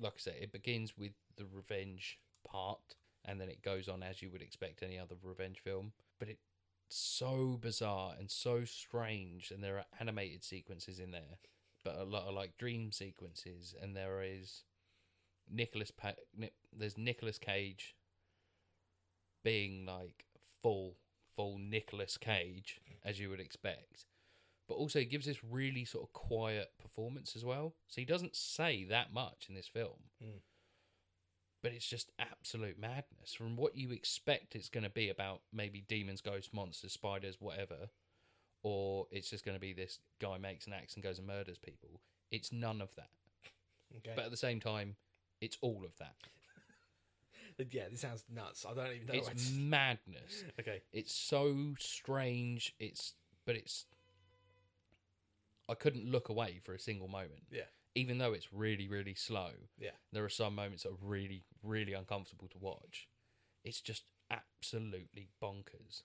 [SPEAKER 2] like I said, it begins with the revenge part, and then it goes on as you would expect any other revenge film. But it's so bizarre and so strange, and there are animated sequences in there but a lot of like dream sequences, and there is Nicholas. Pa- Ni- there's Nicholas Cage being like full, full Nicholas Cage as you would expect, but also he gives this really sort of quiet performance as well. So he doesn't say that much in this film.
[SPEAKER 1] Mm.
[SPEAKER 2] But it's just absolute madness from what you expect it's going to be about maybe demons, ghosts, monsters, spiders, whatever or it's just going to be this guy makes an axe and goes and murders people. It's none of that.
[SPEAKER 1] Okay.
[SPEAKER 2] But at the same time, it's all of that.
[SPEAKER 1] yeah, this sounds nuts. I don't even know.
[SPEAKER 2] it's
[SPEAKER 1] what to-
[SPEAKER 2] madness.
[SPEAKER 1] Okay.
[SPEAKER 2] It's so strange. It's but it's I couldn't look away for a single moment.
[SPEAKER 1] Yeah.
[SPEAKER 2] Even though it's really really slow.
[SPEAKER 1] Yeah.
[SPEAKER 2] There are some moments that are really really uncomfortable to watch. It's just absolutely bonkers.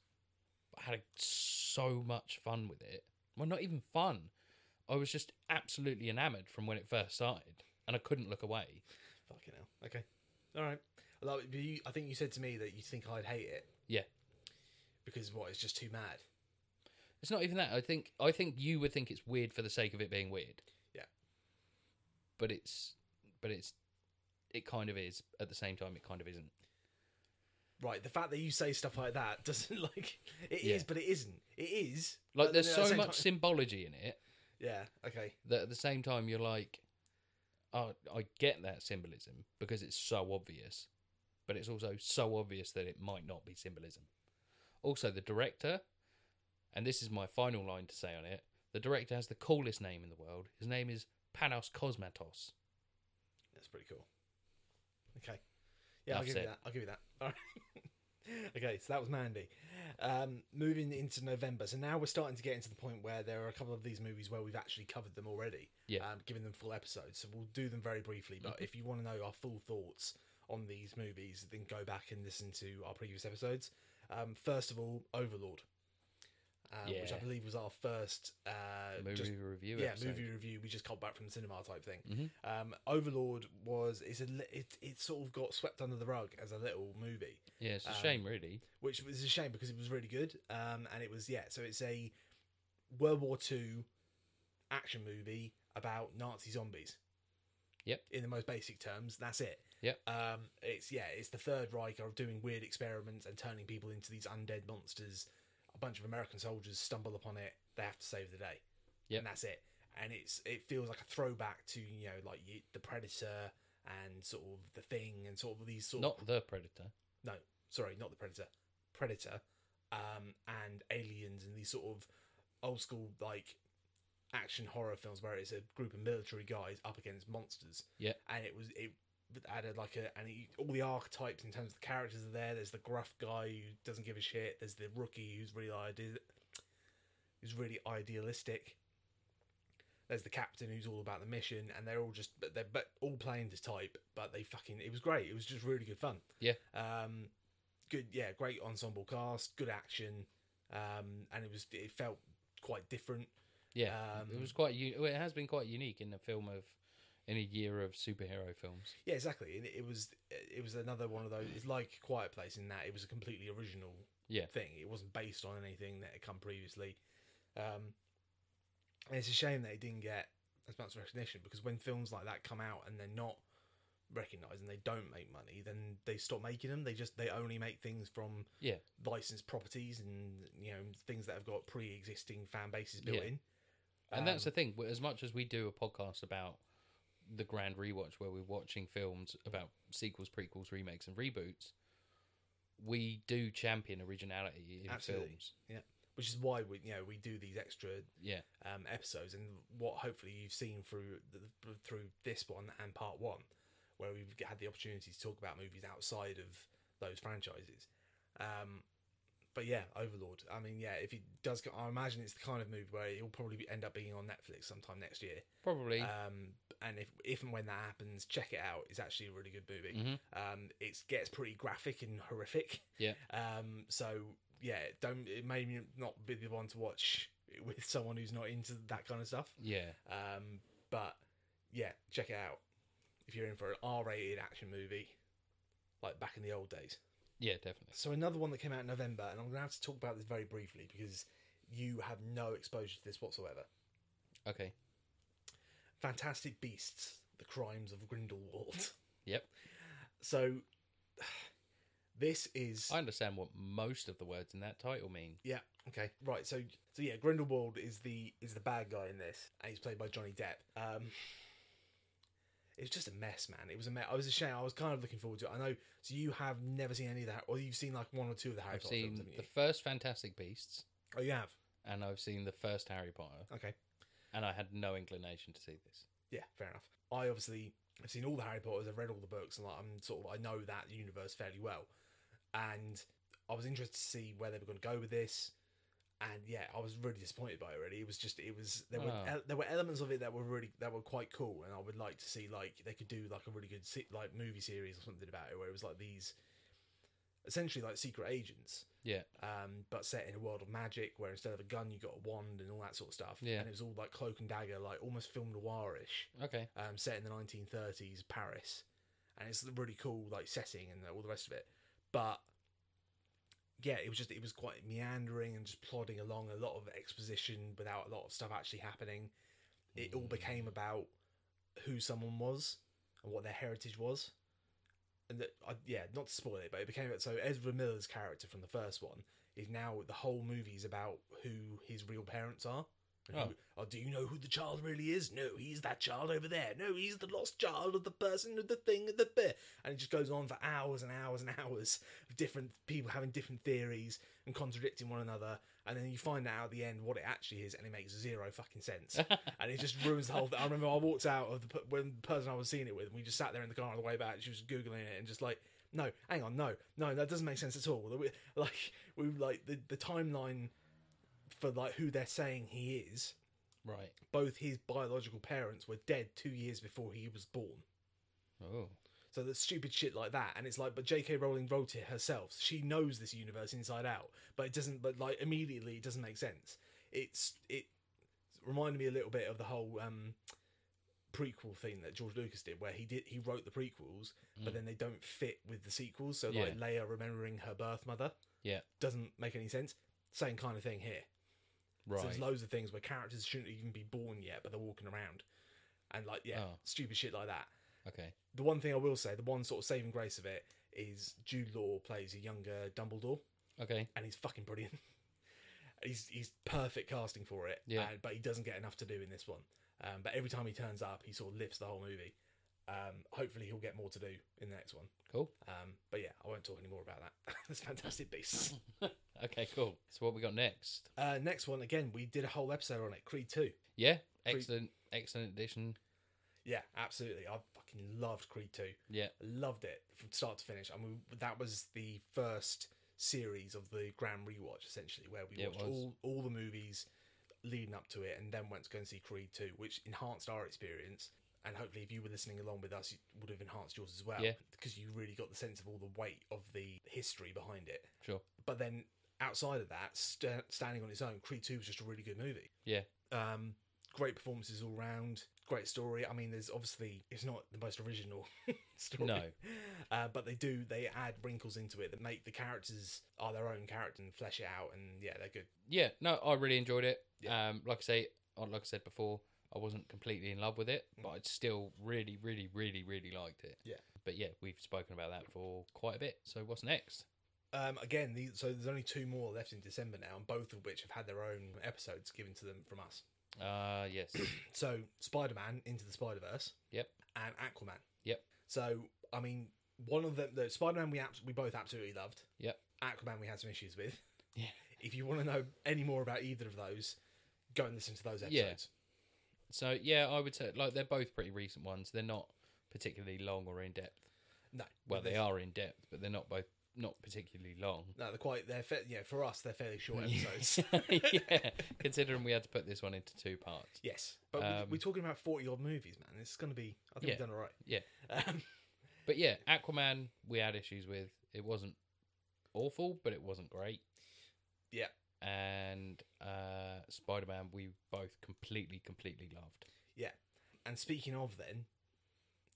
[SPEAKER 2] I had so much fun with it. Well, not even fun. I was just absolutely enamored from when it first started, and I couldn't look away.
[SPEAKER 1] Fucking hell. Okay. All right. I love it. But you, I think you said to me that you think I'd hate it.
[SPEAKER 2] Yeah.
[SPEAKER 1] Because what? It's just too mad.
[SPEAKER 2] It's not even that. I think I think you would think it's weird for the sake of it being weird.
[SPEAKER 1] Yeah.
[SPEAKER 2] But it's but it's it kind of is. At the same time, it kind of isn't.
[SPEAKER 1] Right. The fact that you say stuff like that doesn't like it is,
[SPEAKER 2] Yeah.
[SPEAKER 1] but it isn't. It is.
[SPEAKER 2] Like
[SPEAKER 1] but
[SPEAKER 2] there's
[SPEAKER 1] then at the
[SPEAKER 2] so
[SPEAKER 1] same
[SPEAKER 2] much
[SPEAKER 1] time-
[SPEAKER 2] symbology in it
[SPEAKER 1] yeah. Okay.
[SPEAKER 2] that at the same time you're like, oh, I get that symbolism because it's so obvious, but it's also so obvious that it might not be symbolism. Also, the director, and this is my final line to say on it. The director has the coolest name in the world. His name is Panos Cosmatos.
[SPEAKER 1] That's pretty cool. Okay. Yeah, I'll
[SPEAKER 2] Enough
[SPEAKER 1] give you
[SPEAKER 2] said.
[SPEAKER 1] that. I'll give you that. All right. okay, so that was Mandy. Um, moving into November. So now we're starting to get into the point where there are a couple of these movies where we've actually covered them already.
[SPEAKER 2] Yeah.
[SPEAKER 1] Um, given them full episodes. So we'll do them very briefly. But if you want to know our full thoughts on these movies, then go back and listen to our previous episodes. Um, first of all, Overlord. Um, Which I
[SPEAKER 2] Yeah.
[SPEAKER 1] believe was our first uh,
[SPEAKER 2] movie
[SPEAKER 1] just
[SPEAKER 2] review
[SPEAKER 1] yeah,
[SPEAKER 2] episode. Mm-hmm.
[SPEAKER 1] movie review. We just called back from the cinema type thing. Um, Overlord was it's a li- it it sort of got swept under the rug as a little movie,
[SPEAKER 2] Yeah, it's a
[SPEAKER 1] Um,
[SPEAKER 2] shame, really.
[SPEAKER 1] which was a shame because it was really good. Um, and it was yeah, so it's a World War Two action movie about Nazi zombies.
[SPEAKER 2] Yep.
[SPEAKER 1] In the most basic terms, that's it.
[SPEAKER 2] Yep.
[SPEAKER 1] Um, it's yeah, it's the Third Reich of doing weird experiments and turning people into these undead monsters. A bunch of American soldiers stumble upon it. They have to save the day.
[SPEAKER 2] Yep.
[SPEAKER 1] And that's it. And it's it feels like a throwback to you know like y- the Predator and sort of the Thing and sort of these sort of
[SPEAKER 2] Not the Predator.
[SPEAKER 1] no sorry not the Predator Predator um, and Aliens and these sort of old school like action horror films where it's a group of military guys up against monsters
[SPEAKER 2] Yeah.
[SPEAKER 1] and it was it added like a and it, all the archetypes in terms of the characters are there. There's the gruff guy who doesn't give a shit. There's the rookie who's really ideal, who's really idealistic. There's the captain who's all about the mission, and they're all just but they're but all playing to type. But they fucking it was great. It was just really good fun.
[SPEAKER 2] Yeah.
[SPEAKER 1] Um, good. Yeah, great ensemble cast. Good action. Um, and it was it felt quite different.
[SPEAKER 2] Yeah,
[SPEAKER 1] Um,
[SPEAKER 2] it was quite. U- well, it has been quite unique in a film of, in a year of superhero films.
[SPEAKER 1] Yeah, exactly. And it, it was it was another one of those. It's like Quiet Place in that it was a completely original
[SPEAKER 2] Yeah.
[SPEAKER 1] thing. It wasn't based on anything that had come previously. Um, and it's a shame that it didn't get as much recognition because when films like that come out and they're not recognised and they don't make money, then they stop making them. They just they only make things from
[SPEAKER 2] Yeah.
[SPEAKER 1] licensed properties and you know things that have got pre-existing fan bases built
[SPEAKER 2] Yeah.
[SPEAKER 1] in.
[SPEAKER 2] And that's the
[SPEAKER 1] Um,
[SPEAKER 2] thing. As much as we do a podcast about the grand rewatch, where we're watching films about sequels, prequels, remakes, and reboots, we do champion originality in
[SPEAKER 1] Absolutely.
[SPEAKER 2] films.
[SPEAKER 1] which is why we you know we do these extra
[SPEAKER 2] Yeah,
[SPEAKER 1] um, episodes, and what hopefully you've seen through the, through this one and part one, where we've had the opportunity to talk about movies outside of those franchises. Um, but yeah, Overlord. I mean, yeah, if it does, go- I imagine it's the kind of movie where it'll probably be, end up being on Netflix sometime next year.
[SPEAKER 2] probably.
[SPEAKER 1] Um, and if if and when that happens, check it out. It's actually a really good movie.
[SPEAKER 2] Mhm.
[SPEAKER 1] Um, it gets pretty graphic and horrific.
[SPEAKER 2] Yeah.
[SPEAKER 1] Um, so yeah, don't it may not be the one to watch with someone who's not into that kind of stuff.
[SPEAKER 2] yeah,
[SPEAKER 1] Um, but yeah, check it out if you're in for an R-rated action movie, like back in the old days.
[SPEAKER 2] yeah, definitely.
[SPEAKER 1] So another one that came out in November, and I'm going to have to talk about this very briefly because you have no exposure to this whatsoever.
[SPEAKER 2] Okay.
[SPEAKER 1] Fantastic Beasts: The Crimes of Grindelwald.
[SPEAKER 2] Yep.
[SPEAKER 1] So this is
[SPEAKER 2] I understand what most of the words in that title mean.
[SPEAKER 1] yeah okay right. So so yeah, Grindelwald is the is the bad guy in this, and he's played by Johnny Depp. Um, it was just a mess, man. It was a mess. I was ashamed. I was kind of looking forward to it. I know. So you have never seen any of that, or you've seen like one or two of the Harry
[SPEAKER 2] I've
[SPEAKER 1] Potter
[SPEAKER 2] seen
[SPEAKER 1] films, haven't
[SPEAKER 2] the
[SPEAKER 1] you?
[SPEAKER 2] first Fantastic Beasts
[SPEAKER 1] oh, you have.
[SPEAKER 2] and I've seen the first Harry Potter,
[SPEAKER 1] Okay.
[SPEAKER 2] and I had no inclination to see this.
[SPEAKER 1] Yeah, fair enough. I obviously have seen all the Harry Potters. I've read all the books, and like, I'm sort of I know that universe fairly well. And I was interested to see where they were going to go with this. And yeah, I was really disappointed by it. Really, it was just it was there were
[SPEAKER 2] Oh.
[SPEAKER 1] el- there were elements of it that were really that were quite cool, and I would like to see like they could do like a really good se- like movie series or something about it, where it was like these essentially like secret agents
[SPEAKER 2] Yeah,
[SPEAKER 1] um, but set in a world of magic where instead of a gun you got a wand and all that sort of stuff.
[SPEAKER 2] Yeah.
[SPEAKER 1] And it was all like cloak and dagger, like almost film noirish,
[SPEAKER 2] okay,
[SPEAKER 1] um, set in the 1930s Paris, and it's a really cool like setting and all the rest of it. But yeah, it was just it was quite meandering and just plodding along. A lot of exposition without a lot of stuff actually happening. It all
[SPEAKER 2] Mm.
[SPEAKER 1] became about who someone was and what their heritage was. And that, I, yeah, not to spoil it, but it became so Ezra Miller's character from the first one is now the whole movie is about who his real parents are. And who- oh, do you know who the child really is? No, he's that child over there. No, he's the lost child of the person of the thing of the bit. And it just goes on for hours and hours and hours of different people having different theories and contradicting one another. And then you find out at the end what it actually is, and it makes zero fucking sense and it just ruins the whole thing. I remember I walked out of the p- when the person I was seeing it with, and we just sat there in the car on the way back. She was googling it and just like, no, hang on, no, no, that doesn't make sense at all. We- Like we like the the timeline for like who they're saying he is.
[SPEAKER 2] right.
[SPEAKER 1] Both his biological parents were dead two years before he was born.
[SPEAKER 2] Oh,
[SPEAKER 1] So there's stupid shit like that, and it's like, but J.K. Rowling wrote it herself. She knows this universe inside out, but it doesn't. But like immediately, it doesn't make sense. It's it reminded me a little bit of the whole um, prequel thing that George Lucas did, where he did he wrote the prequels, but then they don't fit with the sequels. So like
[SPEAKER 2] Mm. Yeah.
[SPEAKER 1] Leia remembering her birth mother,
[SPEAKER 2] Yeah.
[SPEAKER 1] doesn't make any sense. Same kind of thing here. So
[SPEAKER 2] right.
[SPEAKER 1] there's loads of things where characters shouldn't even be born yet, but they're walking around, and like yeah,
[SPEAKER 2] Oh.
[SPEAKER 1] stupid shit like that
[SPEAKER 2] okay.
[SPEAKER 1] the one thing I will say, the one sort of saving grace of it is Jude Law plays a younger Dumbledore,
[SPEAKER 2] Okay.
[SPEAKER 1] and he's fucking brilliant. he's he's perfect casting for it.
[SPEAKER 2] Yeah.
[SPEAKER 1] uh, but he doesn't get enough to do in this one. Um, but every time he turns up, he sort of lifts the whole movie. Um, hopefully, he'll get more to do in the next one.
[SPEAKER 2] Cool.
[SPEAKER 1] Um, but yeah, I won't talk any more about that. That's Fantastic Beasts.
[SPEAKER 2] Okay. Cool. So what we got next?
[SPEAKER 1] Uh, next one, again, we did a whole episode on it, Creed Two.
[SPEAKER 2] Yeah. Excellent. Excellent edition.
[SPEAKER 1] Yeah, absolutely. I fucking loved Creed Two.
[SPEAKER 2] Yeah.
[SPEAKER 1] loved it from start to finish. I mean, that was the first series of the grand rewatch, essentially, where we
[SPEAKER 2] Yeah, it
[SPEAKER 1] watched
[SPEAKER 2] was.
[SPEAKER 1] all all the movies leading up to it, and then went to go and see Creed Two, which enhanced our experience. And hopefully, if you were listening along with us, it would have enhanced yours as well,
[SPEAKER 2] Yeah.
[SPEAKER 1] because you really got the sense of all the weight of the history behind it.
[SPEAKER 2] Sure.
[SPEAKER 1] But then, outside of that, st- standing on its own, Creed Two was just a really good movie.
[SPEAKER 2] Yeah.
[SPEAKER 1] Um, great performances all round. Great story. I mean, there's obviously it's not the most original story.
[SPEAKER 2] No.
[SPEAKER 1] uh, but they do they add wrinkles into it that make the characters are their own character and flesh it out. And yeah, they're good.
[SPEAKER 2] Yeah. No, I really enjoyed it.
[SPEAKER 1] Yeah.
[SPEAKER 2] Um, like I say, uh, like I said before, I wasn't completely in love with it, but I still really, really, really, really liked it.
[SPEAKER 1] Mm. Yeah.
[SPEAKER 2] But yeah, we've spoken about that for quite a bit. So what's next?
[SPEAKER 1] Um, again, these, so there's only two more left in December now, and both of which have had their own episodes given to them from us.
[SPEAKER 2] Uh yes.
[SPEAKER 1] So Spider Man into the Spider Verse.
[SPEAKER 2] Yep.
[SPEAKER 1] And Aquaman.
[SPEAKER 2] Yep.
[SPEAKER 1] So I mean, one of them, the Spider Man, we abs- we both absolutely loved.
[SPEAKER 2] Yep.
[SPEAKER 1] Aquaman, we had some issues with.
[SPEAKER 2] Yeah.
[SPEAKER 1] If you want to know any more about either of those, go and listen to those
[SPEAKER 2] Yeah.
[SPEAKER 1] episodes.
[SPEAKER 2] So yeah, I would say like they're both pretty recent ones. They're not particularly long or in depth.
[SPEAKER 1] No.
[SPEAKER 2] Well,
[SPEAKER 1] they're-
[SPEAKER 2] they are in depth, but they're not both not particularly long.
[SPEAKER 1] No, they're quite. They're fa- yeah. For us, they're fairly short episodes.
[SPEAKER 2] yeah, considering we had to put this one into two parts.
[SPEAKER 1] yes, but
[SPEAKER 2] Um,
[SPEAKER 1] we, we're talking about forty odd movies, man. It's going to be. I think
[SPEAKER 2] Yeah.
[SPEAKER 1] we've done all right.
[SPEAKER 2] Yeah.
[SPEAKER 1] Um,
[SPEAKER 2] But yeah, Aquaman we had issues with. It wasn't awful, but it wasn't great.
[SPEAKER 1] Yeah.
[SPEAKER 2] And uh Spider Man we both completely, completely loved.
[SPEAKER 1] and speaking of, then.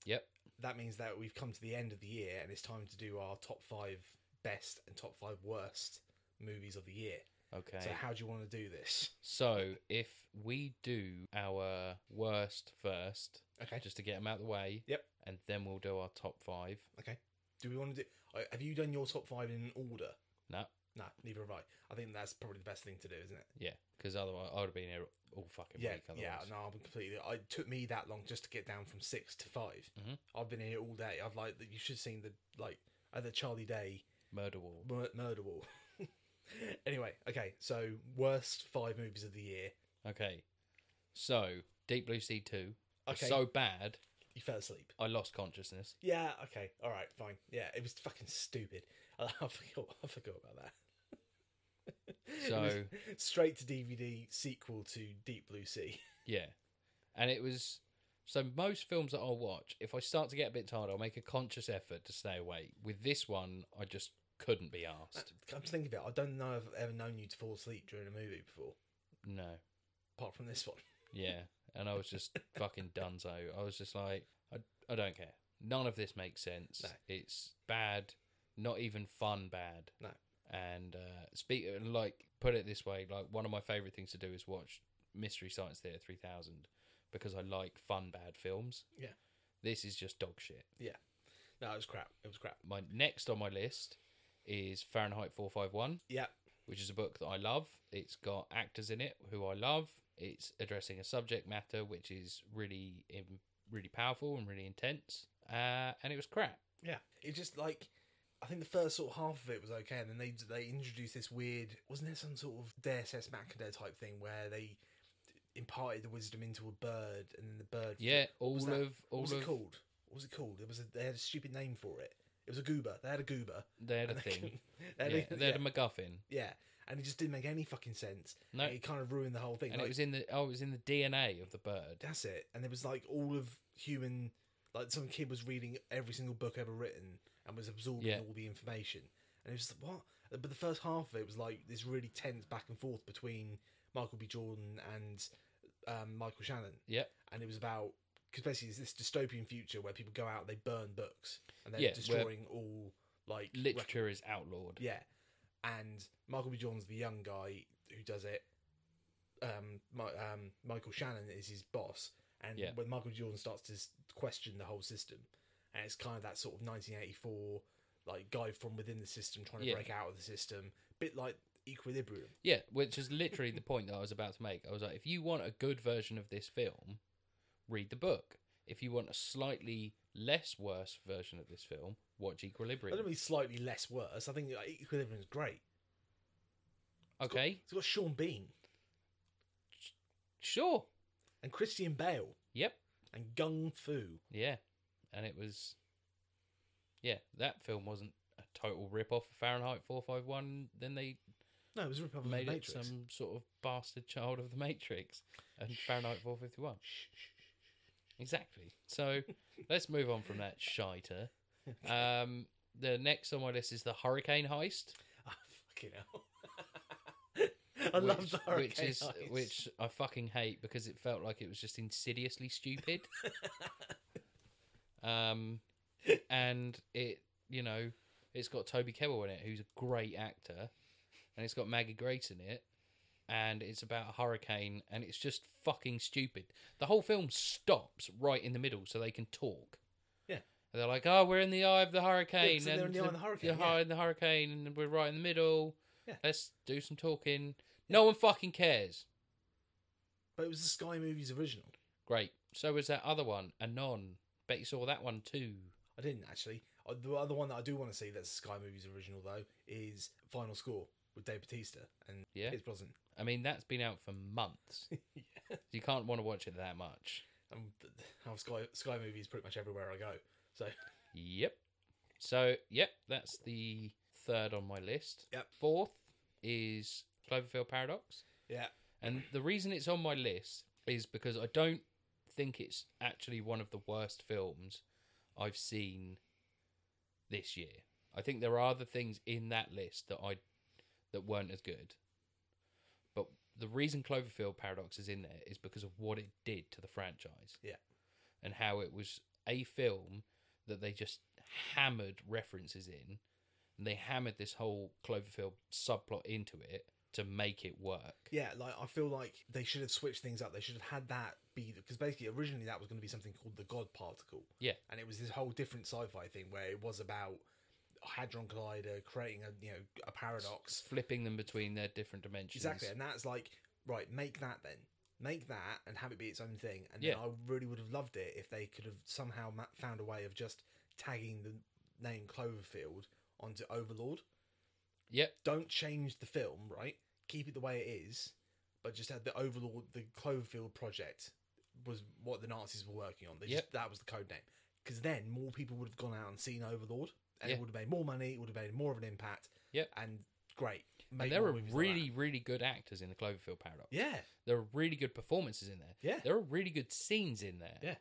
[SPEAKER 2] Yep.
[SPEAKER 1] That means that we've come to the end of the year, and it's time to do our top five best and top five worst movies of the year.
[SPEAKER 2] Okay.
[SPEAKER 1] So how do you want to do this?
[SPEAKER 2] So if we do our worst first,
[SPEAKER 1] Okay.
[SPEAKER 2] just to get them out of the way.
[SPEAKER 1] Yep.
[SPEAKER 2] And then we'll do our top five.
[SPEAKER 1] Do we want to do? uh, Have you done your top five in order?
[SPEAKER 2] No.
[SPEAKER 1] No, neither have I. I think that's probably the best thing to do, isn't it?
[SPEAKER 2] Yeah, because otherwise I would have been here all fucking
[SPEAKER 1] yeah,
[SPEAKER 2] week. Otherwise.
[SPEAKER 1] yeah. No, I'm completely. I, it took me that long just to get down from six to 5
[SPEAKER 2] Mhm.
[SPEAKER 1] I've been here all day. I've like you should have seen the like at the Charlie Day
[SPEAKER 2] Murder Wall.
[SPEAKER 1] mur- murder wall. anyway, okay. So worst five movies of the year.
[SPEAKER 2] Okay. So Deep Blue Sea Two. was
[SPEAKER 1] Okay,
[SPEAKER 2] So bad,
[SPEAKER 1] you fell asleep.
[SPEAKER 2] I lost consciousness.
[SPEAKER 1] Yeah. Okay. All right. Fine. Yeah. It was fucking stupid. I forgot. I forgot about that. It
[SPEAKER 2] So
[SPEAKER 1] was straight to DVD sequel to Deep Blue Sea.
[SPEAKER 2] yeah, and it was. So most films that I'll watch, if I start to get a bit tired, I'll make a conscious effort to stay awake. With this one, I just couldn't be asked.
[SPEAKER 1] I'm just thinking about. it. I don't know if I've ever known you to fall asleep during a movie before,
[SPEAKER 2] No.
[SPEAKER 1] apart from this one.
[SPEAKER 2] Yeah, and I was just fucking dunzo. I was just like, I, I don't care. None of this makes sense.
[SPEAKER 1] No.
[SPEAKER 2] It's bad, not even fun bad.
[SPEAKER 1] No.
[SPEAKER 2] And uh, speak like put it this way, like one of my favorite things to do is watch Mystery Science Theater three thousand because I like fun bad films.
[SPEAKER 1] Yeah.
[SPEAKER 2] This is just dog shit.
[SPEAKER 1] No, it was crap. It was crap.
[SPEAKER 2] My next on my list is Fahrenheit four five one
[SPEAKER 1] Yeah.
[SPEAKER 2] which is a book that I love. It's got actors in it who I love. It's addressing a subject matter which is really, im- really powerful and really intense. Uh, and it was crap.
[SPEAKER 1] Yeah. It just like. I think the first sort of half of it was okay, and then they they introduced this weird wasn't there some sort of Deus Ex Machina type thing where they imparted the wisdom into a bird, and then the bird
[SPEAKER 2] Yeah, all
[SPEAKER 1] was
[SPEAKER 2] of
[SPEAKER 1] that-
[SPEAKER 2] all
[SPEAKER 1] What was
[SPEAKER 2] of
[SPEAKER 1] it called? What was it called? It was a, they had a stupid name for it. It was a goober. They had a goober.
[SPEAKER 2] they had a
[SPEAKER 1] and they
[SPEAKER 2] thing.
[SPEAKER 1] couldn't- they had a-
[SPEAKER 2] yeah, they had
[SPEAKER 1] yeah,
[SPEAKER 2] a MacGuffin.
[SPEAKER 1] yeah. and it just didn't make any fucking sense.
[SPEAKER 2] No,
[SPEAKER 1] It kind of ruined the whole thing.
[SPEAKER 2] and it
[SPEAKER 1] Like,
[SPEAKER 2] was in the oh, it was in the DNA of the bird.
[SPEAKER 1] that's it. And there was like all of human, like some kid was reading every single book ever written and was absorbing
[SPEAKER 2] Yeah.
[SPEAKER 1] all the information. And it was just, what? But the first half of it was like this really tense back and forth between Michael B. Jordan and um, Michael Shannon.
[SPEAKER 2] Yep.
[SPEAKER 1] and it was about because basically it's this dystopian future where people go out, they burn books, and they're
[SPEAKER 2] Yeah, where-
[SPEAKER 1] destroying all like rec-
[SPEAKER 2] Literature is outlawed.
[SPEAKER 1] yeah, and Michael B. Jordan's the young guy who does it. Um, my, um, Michael Shannon is his boss, and
[SPEAKER 2] Yeah.
[SPEAKER 1] when Michael Jordan starts to s- question the whole system, and it's kind of that sort of 1984 like guy from within the system trying to
[SPEAKER 2] Yeah.
[SPEAKER 1] break out of the system, bit like Equilibrium.
[SPEAKER 2] Yeah, which is literally the point that I was about to make. I was like, if you want a good version of this film, read the book. If you want a slightly less worse version of this film, watch
[SPEAKER 1] I don't
[SPEAKER 2] Equilibrium.
[SPEAKER 1] mean slightly less worse. I think like, Equilibrium is great.
[SPEAKER 2] Okay,
[SPEAKER 1] It's got Sean Bean
[SPEAKER 2] sure.
[SPEAKER 1] and Christian Bale.
[SPEAKER 2] Yep.
[SPEAKER 1] and Gung Fu.
[SPEAKER 2] Yeah. And it was. Yeah, that film wasn't a total rip off of Fahrenheit 451. Then they
[SPEAKER 1] No, it was Republic
[SPEAKER 2] made
[SPEAKER 1] of the
[SPEAKER 2] it
[SPEAKER 1] Matrix.
[SPEAKER 2] some sort of bastard child of the Matrix and Fahrenheit 451. Exactly. So let's move on from that shiter. Um, the next on my list is the Hurricane Heist,
[SPEAKER 1] Ah, fucking hell. I love
[SPEAKER 2] which-
[SPEAKER 1] the hurricane
[SPEAKER 2] which is
[SPEAKER 1] eyes.
[SPEAKER 2] which I fucking hate because it felt like it was just insidiously stupid. um, and it, you know, it's got Toby Kebbell in it, who's a great actor, and it's got Maggie Grace in it, and it's about a hurricane, and it's just fucking stupid. The whole film stops right in the middle so they can talk.
[SPEAKER 1] Yeah.
[SPEAKER 2] And they're like, "Oh, we're in the eye of the hurricane,
[SPEAKER 1] Yeah, 'cause they're in the eye of the hurricane,
[SPEAKER 2] you're
[SPEAKER 1] yeah.
[SPEAKER 2] high in the hurricane, and we're right in the middle.
[SPEAKER 1] Yeah.
[SPEAKER 2] Let's do some talking. No one fucking cares.
[SPEAKER 1] But it was the Sky Movies original.
[SPEAKER 2] Great. So was that other one, Anon. Bet you saw that one too.
[SPEAKER 1] I didn't actually. Uh, The other one that I do want to see that's the Sky Movies original though is Final Score with Dave Batista and
[SPEAKER 2] Yeah.
[SPEAKER 1] Pierce Brosnan.
[SPEAKER 2] I mean, that's been out for months. You can't want to watch it that much.
[SPEAKER 1] And have Sky Sky Movies pretty much everywhere I go. So
[SPEAKER 2] Yep. So, yep, that's the third on my list.
[SPEAKER 1] Yep.
[SPEAKER 2] Fourth is Cloverfield Paradox.
[SPEAKER 1] yeah,
[SPEAKER 2] And the reason it's on my list is because I don't think it's actually one of the worst films I've seen this year. I think there are other things in that list that I that weren't as good. But the reason Cloverfield Paradox is in there is because of what it did to the franchise.
[SPEAKER 1] Yeah.
[SPEAKER 2] And how it was a film that they just hammered references in and they hammered this whole Cloverfield subplot into it to make it work.
[SPEAKER 1] Yeah, like I feel like they should have switched things up. They should have had that be because basically originally that was going to be something called the God Particle.
[SPEAKER 2] Yeah.
[SPEAKER 1] and it was this whole different sci-fi thing where it was about a hadron collider creating a you know a paradox.
[SPEAKER 2] Flipping them between their different dimensions.
[SPEAKER 1] Exactly, and that's like right. Make that then. Make that and have it be its own thing. And then
[SPEAKER 2] Yeah.
[SPEAKER 1] I really would have loved it if they could have somehow ma- found a way of just tagging the name Cloverfield onto Overlord.
[SPEAKER 2] Yep.
[SPEAKER 1] Don't change the film, right? Keep it the way it is, but just had the Overlord, the Cloverfield project was what the Nazis were working on. They just,
[SPEAKER 2] Yep.
[SPEAKER 1] that was the code name. Because then more people would have gone out and seen Overlord, and
[SPEAKER 2] Yeah.
[SPEAKER 1] it would have made more money. It would have made more of an impact.
[SPEAKER 2] Yep.
[SPEAKER 1] and great. Make
[SPEAKER 2] And there
[SPEAKER 1] more
[SPEAKER 2] are
[SPEAKER 1] movies like that.
[SPEAKER 2] really, really good actors in the Cloverfield Paradox.
[SPEAKER 1] yeah.
[SPEAKER 2] There are really good performances in there.
[SPEAKER 1] Yeah.
[SPEAKER 2] There are really good scenes in there.
[SPEAKER 1] Yeah.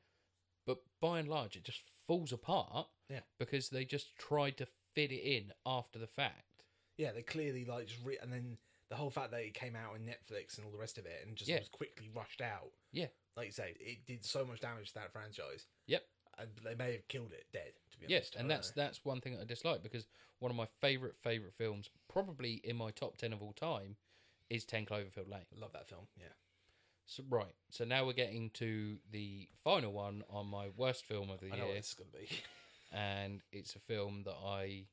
[SPEAKER 2] But by and large, it just falls apart.
[SPEAKER 1] Yeah.
[SPEAKER 2] Because they just tried to fit it in after the fact.
[SPEAKER 1] Yeah, they clearly like just re- and then the whole fact that it came out on Netflix and all the rest of it and just
[SPEAKER 2] Yeah.
[SPEAKER 1] was quickly rushed out.
[SPEAKER 2] Yeah.
[SPEAKER 1] Like you say, it did so much damage to that franchise.
[SPEAKER 2] Yep.
[SPEAKER 1] And they may have killed it dead, to be
[SPEAKER 2] Yes,
[SPEAKER 1] honest. I
[SPEAKER 2] and
[SPEAKER 1] don't
[SPEAKER 2] that's
[SPEAKER 1] know.
[SPEAKER 2] that's one thing that I dislike because one of my favorite favorite films, probably in my top ten of all time, is Ten Cloverfield Lane.
[SPEAKER 1] I love that film. Yeah.
[SPEAKER 2] So, right, so now we're getting to the final one on my worst film of the
[SPEAKER 1] I know what
[SPEAKER 2] year,
[SPEAKER 1] this is gonna be.
[SPEAKER 2] and it's a film that I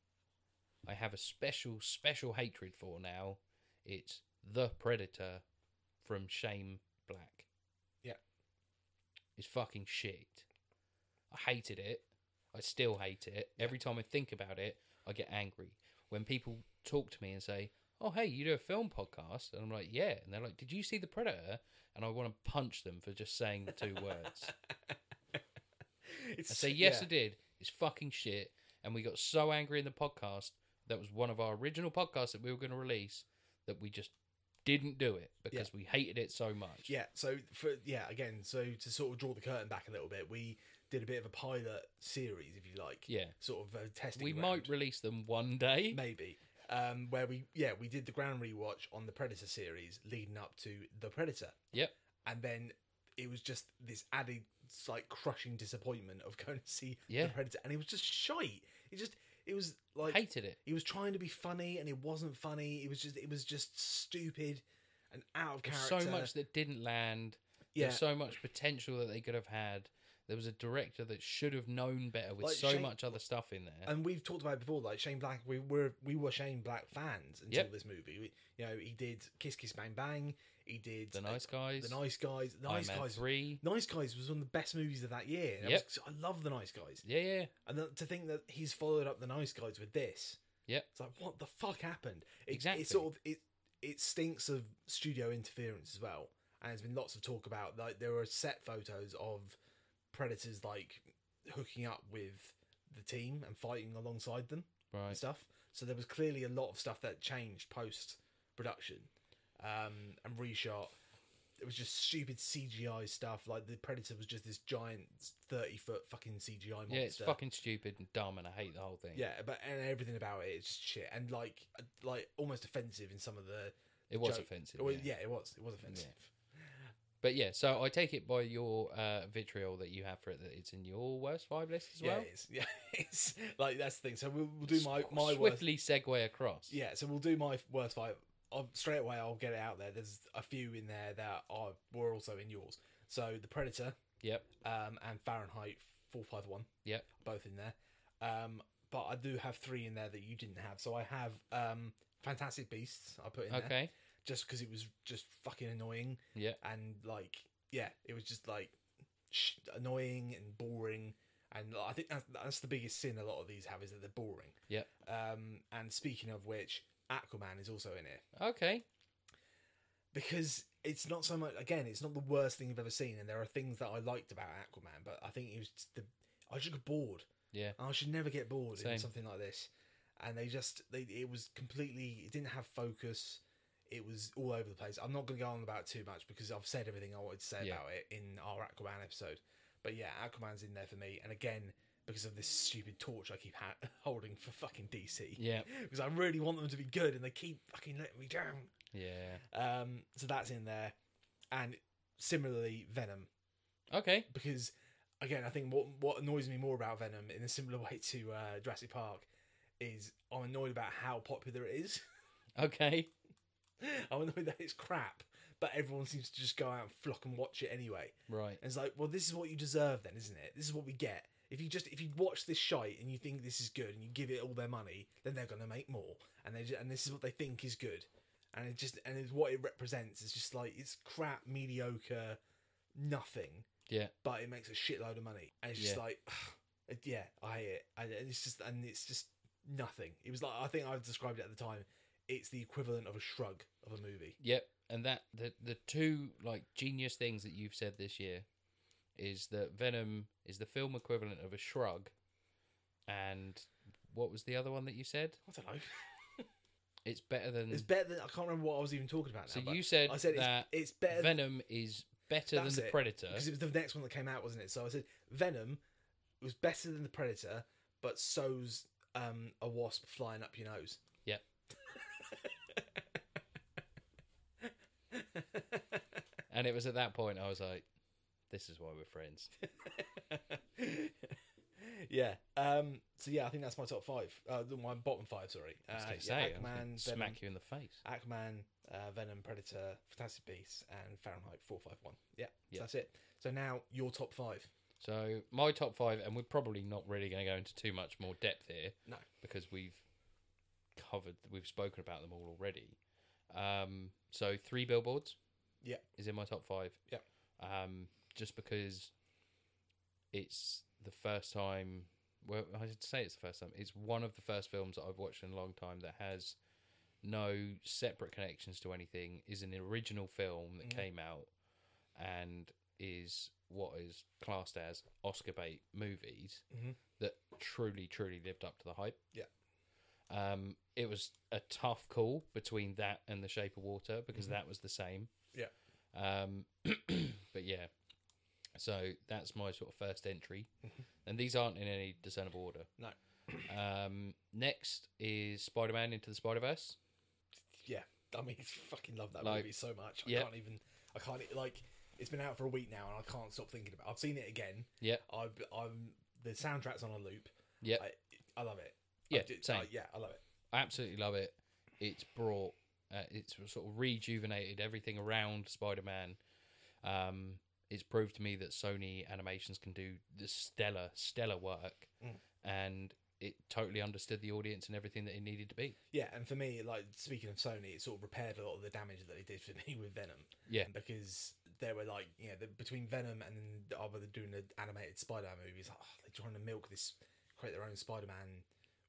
[SPEAKER 2] I have a special special hatred for now. It's The Predator from Shame Black.
[SPEAKER 1] Yeah.
[SPEAKER 2] it's fucking shit. I hated it. I still hate it. Every time I think about it, I get angry. When people talk to me and say, "Oh, hey, you do a film podcast," and I'm like, "Yeah," and they're like, "Did you see The Predator?" and I want to punch them for just saying the two words.
[SPEAKER 1] It's
[SPEAKER 2] I say, yes,
[SPEAKER 1] yeah.
[SPEAKER 2] I did. It's fucking shit. And we got so angry in the podcast that was one of our original podcasts that we were going to release that we just didn't do it because we hated it so much.
[SPEAKER 1] Yeah, so for yeah, again, so to sort of draw the curtain back a little bit, we did a bit of a pilot series, if you like.
[SPEAKER 2] Yeah.
[SPEAKER 1] Sort of a testing.
[SPEAKER 2] We
[SPEAKER 1] round.
[SPEAKER 2] might release them one day.
[SPEAKER 1] maybe um where we yeah we did the ground rewatch on the predator series leading up to the predator
[SPEAKER 2] Yep.
[SPEAKER 1] and then it was just this added like crushing disappointment of going to see
[SPEAKER 2] Yeah.
[SPEAKER 1] the predator and it was just shite it just it was like
[SPEAKER 2] hated it.
[SPEAKER 1] he was trying to be funny and it wasn't funny it was just it was just stupid and out of
[SPEAKER 2] There's
[SPEAKER 1] character
[SPEAKER 2] so much that didn't land.
[SPEAKER 1] yeah
[SPEAKER 2] There's so much potential that they could have had. There was a director that should have known better with
[SPEAKER 1] Like,
[SPEAKER 2] so
[SPEAKER 1] Shane-
[SPEAKER 2] much other stuff in there.
[SPEAKER 1] and we've talked about it before. Like Shane Black, we were we were Shane Black fans until
[SPEAKER 2] Yep.
[SPEAKER 1] this movie. We, you know, he did Kiss Kiss Bang Bang. He did
[SPEAKER 2] the
[SPEAKER 1] uh,
[SPEAKER 2] Nice Guys.
[SPEAKER 1] The Nice Guys. The Nice
[SPEAKER 2] Iron Man
[SPEAKER 1] Guys.
[SPEAKER 2] 3.
[SPEAKER 1] Nice Guys was one of the best movies of that year. And I
[SPEAKER 2] Yep.
[SPEAKER 1] was- I love The Nice Guys.
[SPEAKER 2] Yeah, yeah.
[SPEAKER 1] And th- to think that he's followed up The Nice Guys with this.
[SPEAKER 2] Yep.
[SPEAKER 1] It's like, what the fuck happened? It,
[SPEAKER 2] Exactly.
[SPEAKER 1] It sort of, it, it stinks of studio interference as well. And there's been lots of talk about, like, there are set photos of Predators, like, hooking up with the team and fighting alongside them and
[SPEAKER 2] Right.
[SPEAKER 1] stuff. So there was clearly a lot of stuff that changed post production um, and reshot. It was just stupid CGI stuff. Like the Predator was just this giant thirty foot fucking CGI monster.
[SPEAKER 2] Yeah, it's fucking stupid and dumb, and I hate the whole thing.
[SPEAKER 1] Yeah, but and everything about it is just shit and like like almost offensive in some of the.
[SPEAKER 2] It was
[SPEAKER 1] joke-
[SPEAKER 2] offensive.
[SPEAKER 1] Well,
[SPEAKER 2] yeah.
[SPEAKER 1] yeah. it was. It was offensive.
[SPEAKER 2] But yeah, so I take it by your uh, vitriol that you have for it that it's in your worst five list as
[SPEAKER 1] Yeah,
[SPEAKER 2] well.
[SPEAKER 1] it is. Yeah, it's like that's the thing. So we'll, we'll do my
[SPEAKER 2] Sw-
[SPEAKER 1] my worst.
[SPEAKER 2] swiftly segue across.
[SPEAKER 1] Yeah, so we'll do my worst five. I'll, straight away, I'll get it out there. There's a few in there that are were also in yours. So the Predator,
[SPEAKER 2] Yep.
[SPEAKER 1] um, and Fahrenheit 451,
[SPEAKER 2] Yep.
[SPEAKER 1] both in there. Um, but I do have three in there that you didn't have. So I have um, Fantastic Beasts. I put in there
[SPEAKER 2] Okay.
[SPEAKER 1] just because it was just fucking annoying
[SPEAKER 2] Yeah.
[SPEAKER 1] and like yeah, it was just like sh- annoying and boring. And like, I think that's, that's the biggest sin a lot of these have is that they're boring.
[SPEAKER 2] Yep.
[SPEAKER 1] Um, and speaking of which, Aquaman is also in it
[SPEAKER 2] Okay.
[SPEAKER 1] because it's not so much again it's not the worst thing you've ever seen and there are things that i liked about aquaman but i think it was just the i just got bored
[SPEAKER 2] Yeah.
[SPEAKER 1] i should never get bored
[SPEAKER 2] Same.
[SPEAKER 1] in something like this and they just they it was completely it didn't have focus it was all over the place i'm not going to go on about it too much because i've said everything i wanted to say
[SPEAKER 2] Yeah.
[SPEAKER 1] about it in our aquaman episode but yeah aquaman's in there for me and again because of this stupid torch i keep ha- holding for fucking dc
[SPEAKER 2] Yeah.
[SPEAKER 1] because i really want them to be good and they keep fucking letting me down
[SPEAKER 2] Yeah.
[SPEAKER 1] um, so that's in there, and similarly Venom,
[SPEAKER 2] Okay.
[SPEAKER 1] because again, I think what what annoys me more about Venom in a similar way to uh, Jurassic Park is I'm annoyed about how popular it is.
[SPEAKER 2] Okay.
[SPEAKER 1] I'm annoyed that it's crap, but everyone seems to just go out and flock and watch it anyway.
[SPEAKER 2] Right.
[SPEAKER 1] And it's like, well, this is what you deserve, then, isn't it? This is what we get. If you just if you watch this shite and you think this is good and you give it all their money, then they're gonna make more, and they ju- and this is what they think is good, and it just and it's what it represents is just like it's crap, mediocre, nothing,
[SPEAKER 2] Yeah.
[SPEAKER 1] but it makes a shitload of money, and it's just
[SPEAKER 2] Yeah.
[SPEAKER 1] like, it- yeah, I hate it, and it's just and it's just nothing. It was like I think I described it at the time. It's the equivalent of a shrug of a movie.
[SPEAKER 2] Yep. And that the the two like genius things that you've said this year is that Venom is the film equivalent of a shrug, and what was the other one that you said?
[SPEAKER 1] I don't know.
[SPEAKER 2] It's better than
[SPEAKER 1] It's better than I can't remember what I was even talking about. Now,
[SPEAKER 2] So
[SPEAKER 1] but
[SPEAKER 2] you said
[SPEAKER 1] I said
[SPEAKER 2] that
[SPEAKER 1] it's, it's better than
[SPEAKER 2] Venom is better than
[SPEAKER 1] That's
[SPEAKER 2] the
[SPEAKER 1] it.
[SPEAKER 2] Predator.
[SPEAKER 1] because it was the next one that came out, wasn't it? So I said Venom was better than the Predator, but so's um, a wasp flying up your nose.
[SPEAKER 2] Yep. And it was at that point I was like, "This is why we're friends."
[SPEAKER 1] yeah. Um, so yeah, I think that's my top five. Uh, the- my bottom five, sorry.
[SPEAKER 2] I was
[SPEAKER 1] Uh,
[SPEAKER 2] going
[SPEAKER 1] yeah,
[SPEAKER 2] to say, I'm gonna
[SPEAKER 1] Aquaman, Venom,
[SPEAKER 2] smack you in the face.
[SPEAKER 1] Aquaman, uh, Venom, Predator, Fantastic Beasts, and Fahrenheit 451. Yeah,
[SPEAKER 2] Yeah.
[SPEAKER 1] So that's it. So now your top five.
[SPEAKER 2] So my top five, and we're probably not really going to go into too much more depth here,
[SPEAKER 1] No.
[SPEAKER 2] because we've covered, we've spoken about them all already. Um, so three billboards,
[SPEAKER 1] Yeah.
[SPEAKER 2] is in my top five.
[SPEAKER 1] Yep.
[SPEAKER 2] um, just because it's the first time. Well, I should say it's the first time. It's one of the first films that I've watched in a long time that has no separate connections to anything. Is an original film that
[SPEAKER 1] Mhm.
[SPEAKER 2] came out and is what is classed as Oscar bait movies
[SPEAKER 1] Mhm.
[SPEAKER 2] that truly, truly lived up to the hype.
[SPEAKER 1] Yeah.
[SPEAKER 2] Um, it was a tough call between that and The Shape of Water because
[SPEAKER 1] Mm-hmm.
[SPEAKER 2] that was the same.
[SPEAKER 1] Yeah.
[SPEAKER 2] Um, but yeah, so that's my sort of first entry, and these aren't in any discernible order.
[SPEAKER 1] Mm-hmm. No.
[SPEAKER 2] Um, next is Spider Man Into the Spider Verse.
[SPEAKER 1] yeah, I mean, fucking love that
[SPEAKER 2] Like,
[SPEAKER 1] movie so much. I
[SPEAKER 2] yeah.
[SPEAKER 1] can't even. I can't e- like. It's been out for a week now, and I can't stop thinking about. it. I've seen it again.
[SPEAKER 2] Yeah.
[SPEAKER 1] I, I'm the soundtrack's on a loop.
[SPEAKER 2] Yeah.
[SPEAKER 1] I, I love it.
[SPEAKER 2] Yeah,
[SPEAKER 1] I do-
[SPEAKER 2] same.
[SPEAKER 1] I- yeah, I love it.
[SPEAKER 2] I absolutely love it. It's brought, uh, it's sort of rejuvenated everything around Spider Man. Um, it's proved to me that Sony Animations can do the stellar, stellar work,
[SPEAKER 1] Mm.
[SPEAKER 2] and it totally understood the audience and everything that it needed to be.
[SPEAKER 1] Yeah, and for me, like speaking of Sony, it sort of repaired a lot of the damage that they did for me with Venom.
[SPEAKER 2] Yeah.
[SPEAKER 1] because they were like, you know, the, between Venom and then the- oh, but they're doing the animated Spider-Man movies. Like, oh, they're trying to milk this, create their own Spider-Man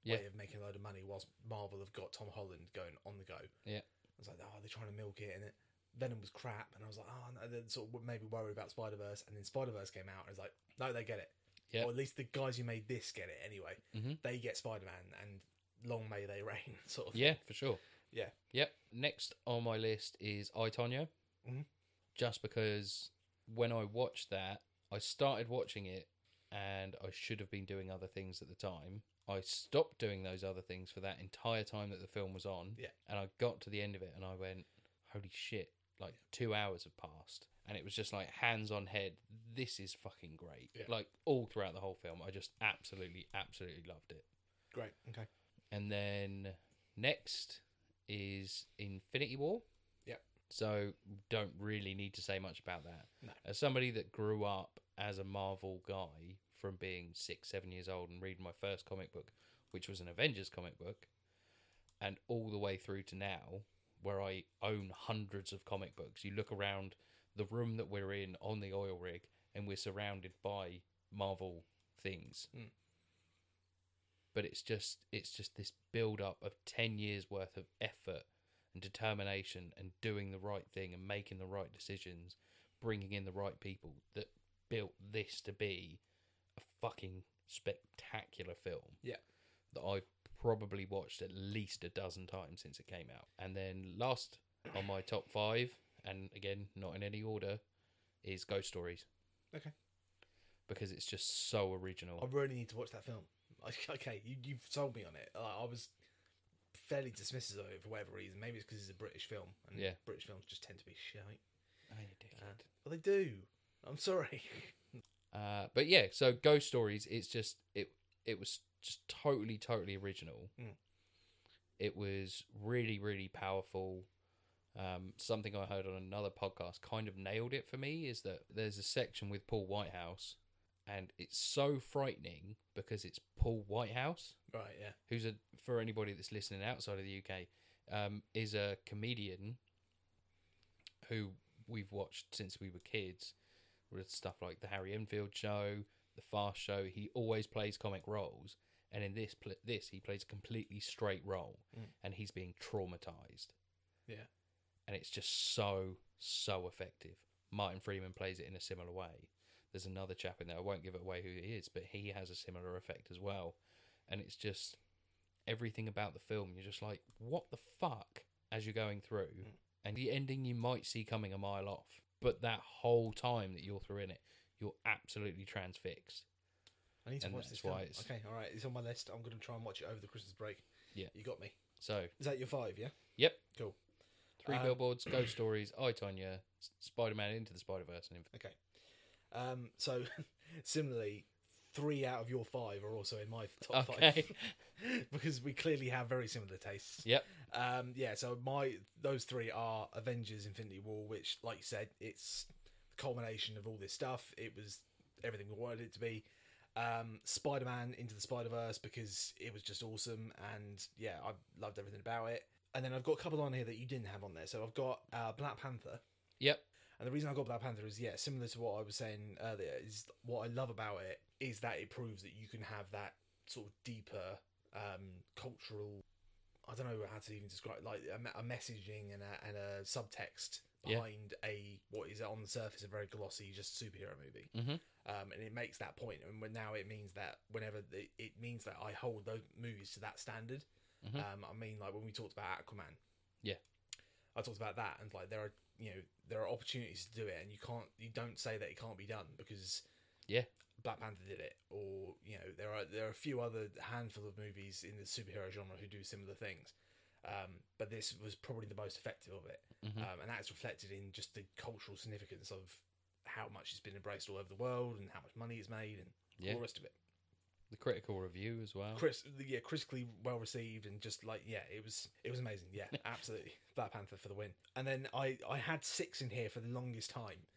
[SPEAKER 1] way
[SPEAKER 2] Yeah.
[SPEAKER 1] of making a load of money, whilst Marvel have got Tom Holland going on the go.
[SPEAKER 2] Yeah.
[SPEAKER 1] I was like, oh, they're trying to milk it, and it, Venom was crap, and I was like, oh, no, they're sort of maybe worried about Spider Verse, and then Spider Verse came out, and it's like, no, they get it.
[SPEAKER 2] Yeah.
[SPEAKER 1] Or at least the guys who made this get it anyway.
[SPEAKER 2] Mhm.
[SPEAKER 1] They get Spider Man, and long may they reign, sort of.
[SPEAKER 2] Yeah, for sure.
[SPEAKER 1] Yeah.
[SPEAKER 2] Yep. Next on my list is I Tonya.
[SPEAKER 1] Mhm.
[SPEAKER 2] Just because when I watched that, I started watching it and I should have been doing other things at the time. I stopped doing those other things for that entire time that the film was on.
[SPEAKER 1] Yeah.
[SPEAKER 2] And I got to the end of it and I went, holy shit, like two hours have passed. And it was just like hands on head. This is fucking great.
[SPEAKER 1] Yeah.
[SPEAKER 2] Like all throughout the whole film, I just absolutely, absolutely loved it.
[SPEAKER 1] Great. Okay.
[SPEAKER 2] And then next is Infinity War.
[SPEAKER 1] Yep.
[SPEAKER 2] So don't really need to say much about that.
[SPEAKER 1] No.
[SPEAKER 2] As somebody that grew up as a Marvel guy from being six, seven years old and reading my first comic book, which was an Avengers comic book, and all the way through to now, where I own hundreds of comic books. You look around the room that we're in on the oil rig, and we're surrounded by Marvel things but it's just it's just this build up of 10 years worth of effort and determination and doing the right thing and making the right decisions bringing in the right people that built this to be a fucking spectacular film
[SPEAKER 1] Yeah.
[SPEAKER 2] that I've probably watched at least a dozen times since it came out and then last on my top 5 and again not in any order is Ghost Stories
[SPEAKER 1] Okay.
[SPEAKER 2] because it's just so original
[SPEAKER 1] I really need to watch that film. Like, okay, you, you've sold me on it. Like, I was fairly dismissive of it for whatever reason. Maybe it's because it's a British film, and
[SPEAKER 2] Yeah.
[SPEAKER 1] British films just tend to be shite.
[SPEAKER 2] Oh, you dickhead.
[SPEAKER 1] Uh, well, they do. I'm sorry.
[SPEAKER 2] Uh, but yeah, so ghost stories. It's just it. It was just totally, totally original.
[SPEAKER 1] Mm.
[SPEAKER 2] It was really, really powerful. Um, something I heard on another podcast kind of nailed it for me is that there's a section with Paul Whitehouse, and it's so frightening because it's Paul Whitehouse,
[SPEAKER 1] Right, yeah.
[SPEAKER 2] who's a for anybody that's listening outside of the UK, um, is a comedian who we've watched since we were kids, with stuff like the Harry Enfield show, the Fast Show. He always plays comic roles, and in this pl- this he plays a completely straight role,
[SPEAKER 1] Mm.
[SPEAKER 2] and he's being traumatized.
[SPEAKER 1] Yeah.
[SPEAKER 2] and it's just so so effective. Martin Freeman plays it in a similar way. There's another chap in there. I won't give it away who he is, but he has a similar effect as well. And it's just everything about the film. You're just like, what the fuck? As you're going through,
[SPEAKER 1] Mm.
[SPEAKER 2] and the ending you might see coming a mile off, but that whole time that you're through in it, you're absolutely transfixed.
[SPEAKER 1] I need to
[SPEAKER 2] And
[SPEAKER 1] watch
[SPEAKER 2] that's
[SPEAKER 1] this film.
[SPEAKER 2] why it's-
[SPEAKER 1] Okay, all right. It's on my list. I'm going to try and watch it over the Christmas break.
[SPEAKER 2] Yeah.
[SPEAKER 1] You got me.
[SPEAKER 2] So,
[SPEAKER 1] Is that your five, yeah?
[SPEAKER 2] yep.
[SPEAKER 1] Cool.
[SPEAKER 2] Three
[SPEAKER 1] Um,
[SPEAKER 2] billboards, ghost stories, I Tonya, Spider Man into the Spider Verse, and Inf-
[SPEAKER 1] Okay. Um, so, similarly, three out of your five are also in my top
[SPEAKER 2] Okay.
[SPEAKER 1] five. because we clearly have very similar tastes.
[SPEAKER 2] Yep.
[SPEAKER 1] Um, yeah, so my those three are Avengers Infinity War, which, like you said, it's the culmination of all this stuff. It was everything we wanted it to be. Um, Spider Man Into the Spider Verse because it was just awesome and yeah, I loved everything about it. And then I've got a couple on here that you didn't have on there. So I've got uh, Black Panther.
[SPEAKER 2] Yep.
[SPEAKER 1] And the reason I got Black Panther is, yeah, similar to what I was saying earlier, is what I love about it is that it proves that you can have that sort of deeper um, cultural. I don't know how to even describe it, like a, me- a messaging and a, and a subtext
[SPEAKER 2] Yeah.
[SPEAKER 1] behind a what is on the surface a very glossy just superhero movie,
[SPEAKER 2] Mhm.
[SPEAKER 1] um, and it makes that point. And when, now it means that whenever it, it means that I hold those movies to that standard.
[SPEAKER 2] Mhm.
[SPEAKER 1] Um, I mean, like when we talked about Aquaman,
[SPEAKER 2] Yeah.
[SPEAKER 1] I talked about that, and like there are you know there are opportunities to do it, and you can't you don't say that it can't be done because
[SPEAKER 2] Yeah.
[SPEAKER 1] Black Panther did it, or you know there are there are a few other handful of movies in the superhero genre who do similar things, um, but this was probably the most effective of it,
[SPEAKER 2] Mhm.
[SPEAKER 1] um, and that's reflected in just the cultural significance of how much it's been embraced all over the world and how much money it's made and
[SPEAKER 2] Yeah.
[SPEAKER 1] all the rest of it.
[SPEAKER 2] The critical review as well.
[SPEAKER 1] Chris, yeah, critically well received and just like yeah, it was it was amazing. Yeah, absolutely, Black Panther for the win. And then I I had six in here for the longest time,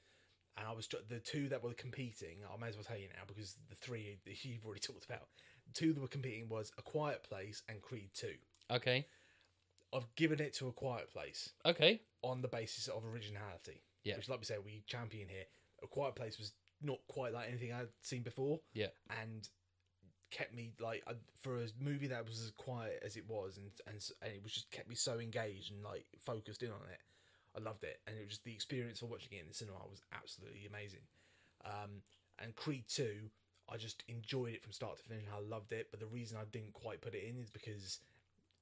[SPEAKER 1] and I was tr- the two that were competing. I may as well tell you now because the three that you've already talked about, two that were competing was A Quiet Place and Creed Two.
[SPEAKER 2] Okay.
[SPEAKER 1] I've given it to A Quiet Place
[SPEAKER 2] Okay.
[SPEAKER 1] on the basis of originality.
[SPEAKER 2] Yeah.
[SPEAKER 1] Which, like we said, we champion here. A Quiet Place was not quite like anything I'd seen before.
[SPEAKER 2] Yeah.
[SPEAKER 1] And kept me like I, for a movie that was as quiet as it was, and and, s- and it was just kept me so engaged and like focused in on it. I loved it, and it was just the experience of watching it in the cinema was absolutely amazing. Um, and Creed Two, I just enjoyed it from start to finish. and I loved it, but the reason I didn't quite put it in is because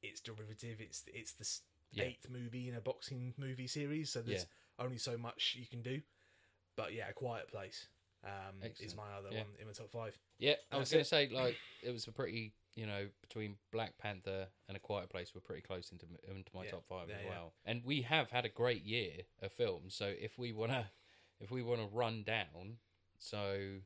[SPEAKER 1] it's derivative. It's it's the s-
[SPEAKER 2] Yeah.
[SPEAKER 1] eighth movie in a boxing movie series, so there's only so much you can do. But yeah, A Quiet Place um, is
[SPEAKER 2] Excellent.
[SPEAKER 1] my other
[SPEAKER 2] Yeah.
[SPEAKER 1] one in my top five.
[SPEAKER 2] Yeah, I
[SPEAKER 1] And
[SPEAKER 2] was
[SPEAKER 1] that's
[SPEAKER 2] going
[SPEAKER 1] it.
[SPEAKER 2] to say like it was a pretty you know between Black Panther and A Quiet Place were pretty close into into my
[SPEAKER 1] Yeah,
[SPEAKER 2] top five
[SPEAKER 1] yeah,
[SPEAKER 2] as
[SPEAKER 1] yeah.
[SPEAKER 2] well. And we have had a great year of films, so if we wanna if we wanna run down, so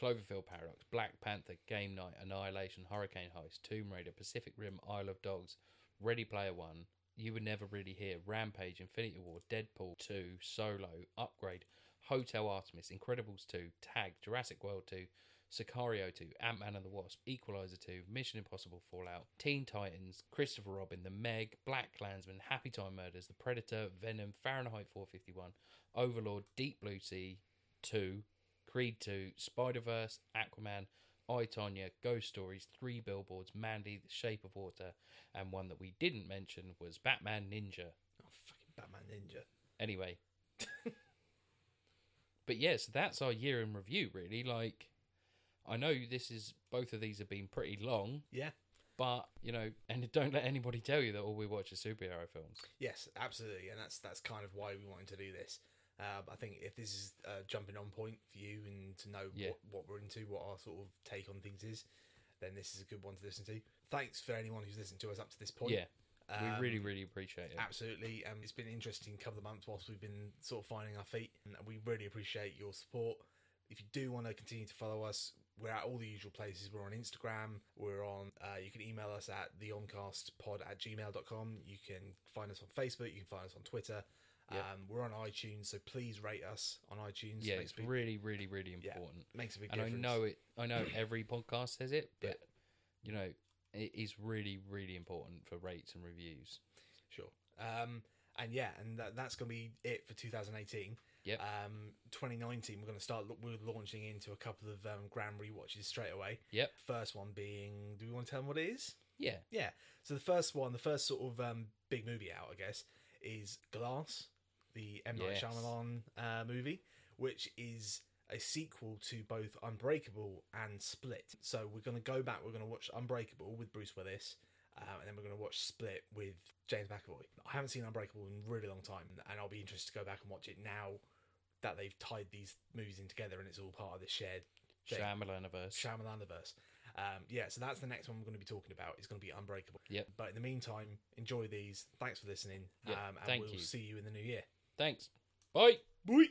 [SPEAKER 2] Cloverfield Paradox, Black Panther, Game Night, Annihilation, Hurricane Heist, Tomb Raider, Pacific Rim, Isle of Dogs, Ready Player One. You would never really hear Rampage, Infinity War, Deadpool 2, Solo, Upgrade, Hotel Artemis, Incredibles 2, Tag, Jurassic World 2, Sicario 2, Ant Man and the Wasp, Equalizer 2, Mission Impossible Fallout, Teen Titans, Christopher Robin, The Meg, Black Klansman, Happy Time Murders, The Predator, Venom, Fahrenheit 451, Overlord, Deep Blue Sea 2, Creed 2, Spider Verse, Aquaman, I Tonya, Ghost Stories, Three Billboards, Mandy, The Shape of Water, and one that we didn't mention was Batman Ninja.
[SPEAKER 1] Oh, fucking Batman Ninja.
[SPEAKER 2] Anyway. but yes, that's our year in review, really. Like, I know this is, both of these have been pretty long,
[SPEAKER 1] Yeah.
[SPEAKER 2] but, you know, and don't let anybody tell you that all we watch is superhero films.
[SPEAKER 1] Yes, absolutely, and that's that's kind of why we wanted to do this. Um, I think if this is uh, jumping on point for you and to know
[SPEAKER 2] Yeah.
[SPEAKER 1] what, what we're into, what our sort of take on things is, then this is a good one to listen to. Thanks for anyone who's listened to us up to this point.
[SPEAKER 2] Yeah,
[SPEAKER 1] Um,
[SPEAKER 2] we really, really appreciate it.
[SPEAKER 1] Absolutely. Um, it's been an interesting couple of months whilst we've been sort of finding our feet, and we really appreciate your support. If you do want to continue to follow us, We're at all the usual places. We're on Instagram. We're on, uh, you can email us at theoncastpod at gmail.com. You can find us on Facebook. You can find us on Twitter.
[SPEAKER 2] Yep.
[SPEAKER 1] Um, we're on iTunes, so please rate us on iTunes.
[SPEAKER 2] Yeah,
[SPEAKER 1] makes,
[SPEAKER 2] it's
[SPEAKER 1] a big,
[SPEAKER 2] really, really, really
[SPEAKER 1] Yeah.
[SPEAKER 2] important.
[SPEAKER 1] makes a big
[SPEAKER 2] and
[SPEAKER 1] difference.
[SPEAKER 2] I know it. I know every podcast says it, but
[SPEAKER 1] Yeah.
[SPEAKER 2] you know, it is really, really important for rates and reviews.
[SPEAKER 1] Sure. Um, and yeah, and that, that's going to be it for 2018.
[SPEAKER 2] Yep.
[SPEAKER 1] Um, 2019, we're going to start. lo- We're launching into a couple of um, grand rewatches straight away.
[SPEAKER 2] Yep.
[SPEAKER 1] First one being, do we want to tell them what it is?
[SPEAKER 2] Yeah,
[SPEAKER 1] So the first one, the first sort of um, big movie out, I guess, is Glass, the M Night
[SPEAKER 2] Yes.
[SPEAKER 1] Shyamalan uh, movie, which is a sequel to both Unbreakable and Split. So we're going to go back. We're going to watch Unbreakable with Bruce Willis. Um, and then we're going to watch Split with James McAvoy. I haven't seen Unbreakable in a really long time, and I'll be interested to go back and watch it now that they've tied these movies in together and it's all part of this shared Jake.
[SPEAKER 2] Shyamalaniverse.
[SPEAKER 1] Shyamalanverse. Um, yeah, so that's the next one we're going to be talking about. It's going to be Unbreakable.
[SPEAKER 2] Yep.
[SPEAKER 1] But in the meantime, enjoy these. Thanks for listening.
[SPEAKER 2] Yeah,
[SPEAKER 1] um, and
[SPEAKER 2] thank
[SPEAKER 1] we'll
[SPEAKER 2] you.
[SPEAKER 1] see you in the new year.
[SPEAKER 2] Thanks. Bye.
[SPEAKER 1] Bye.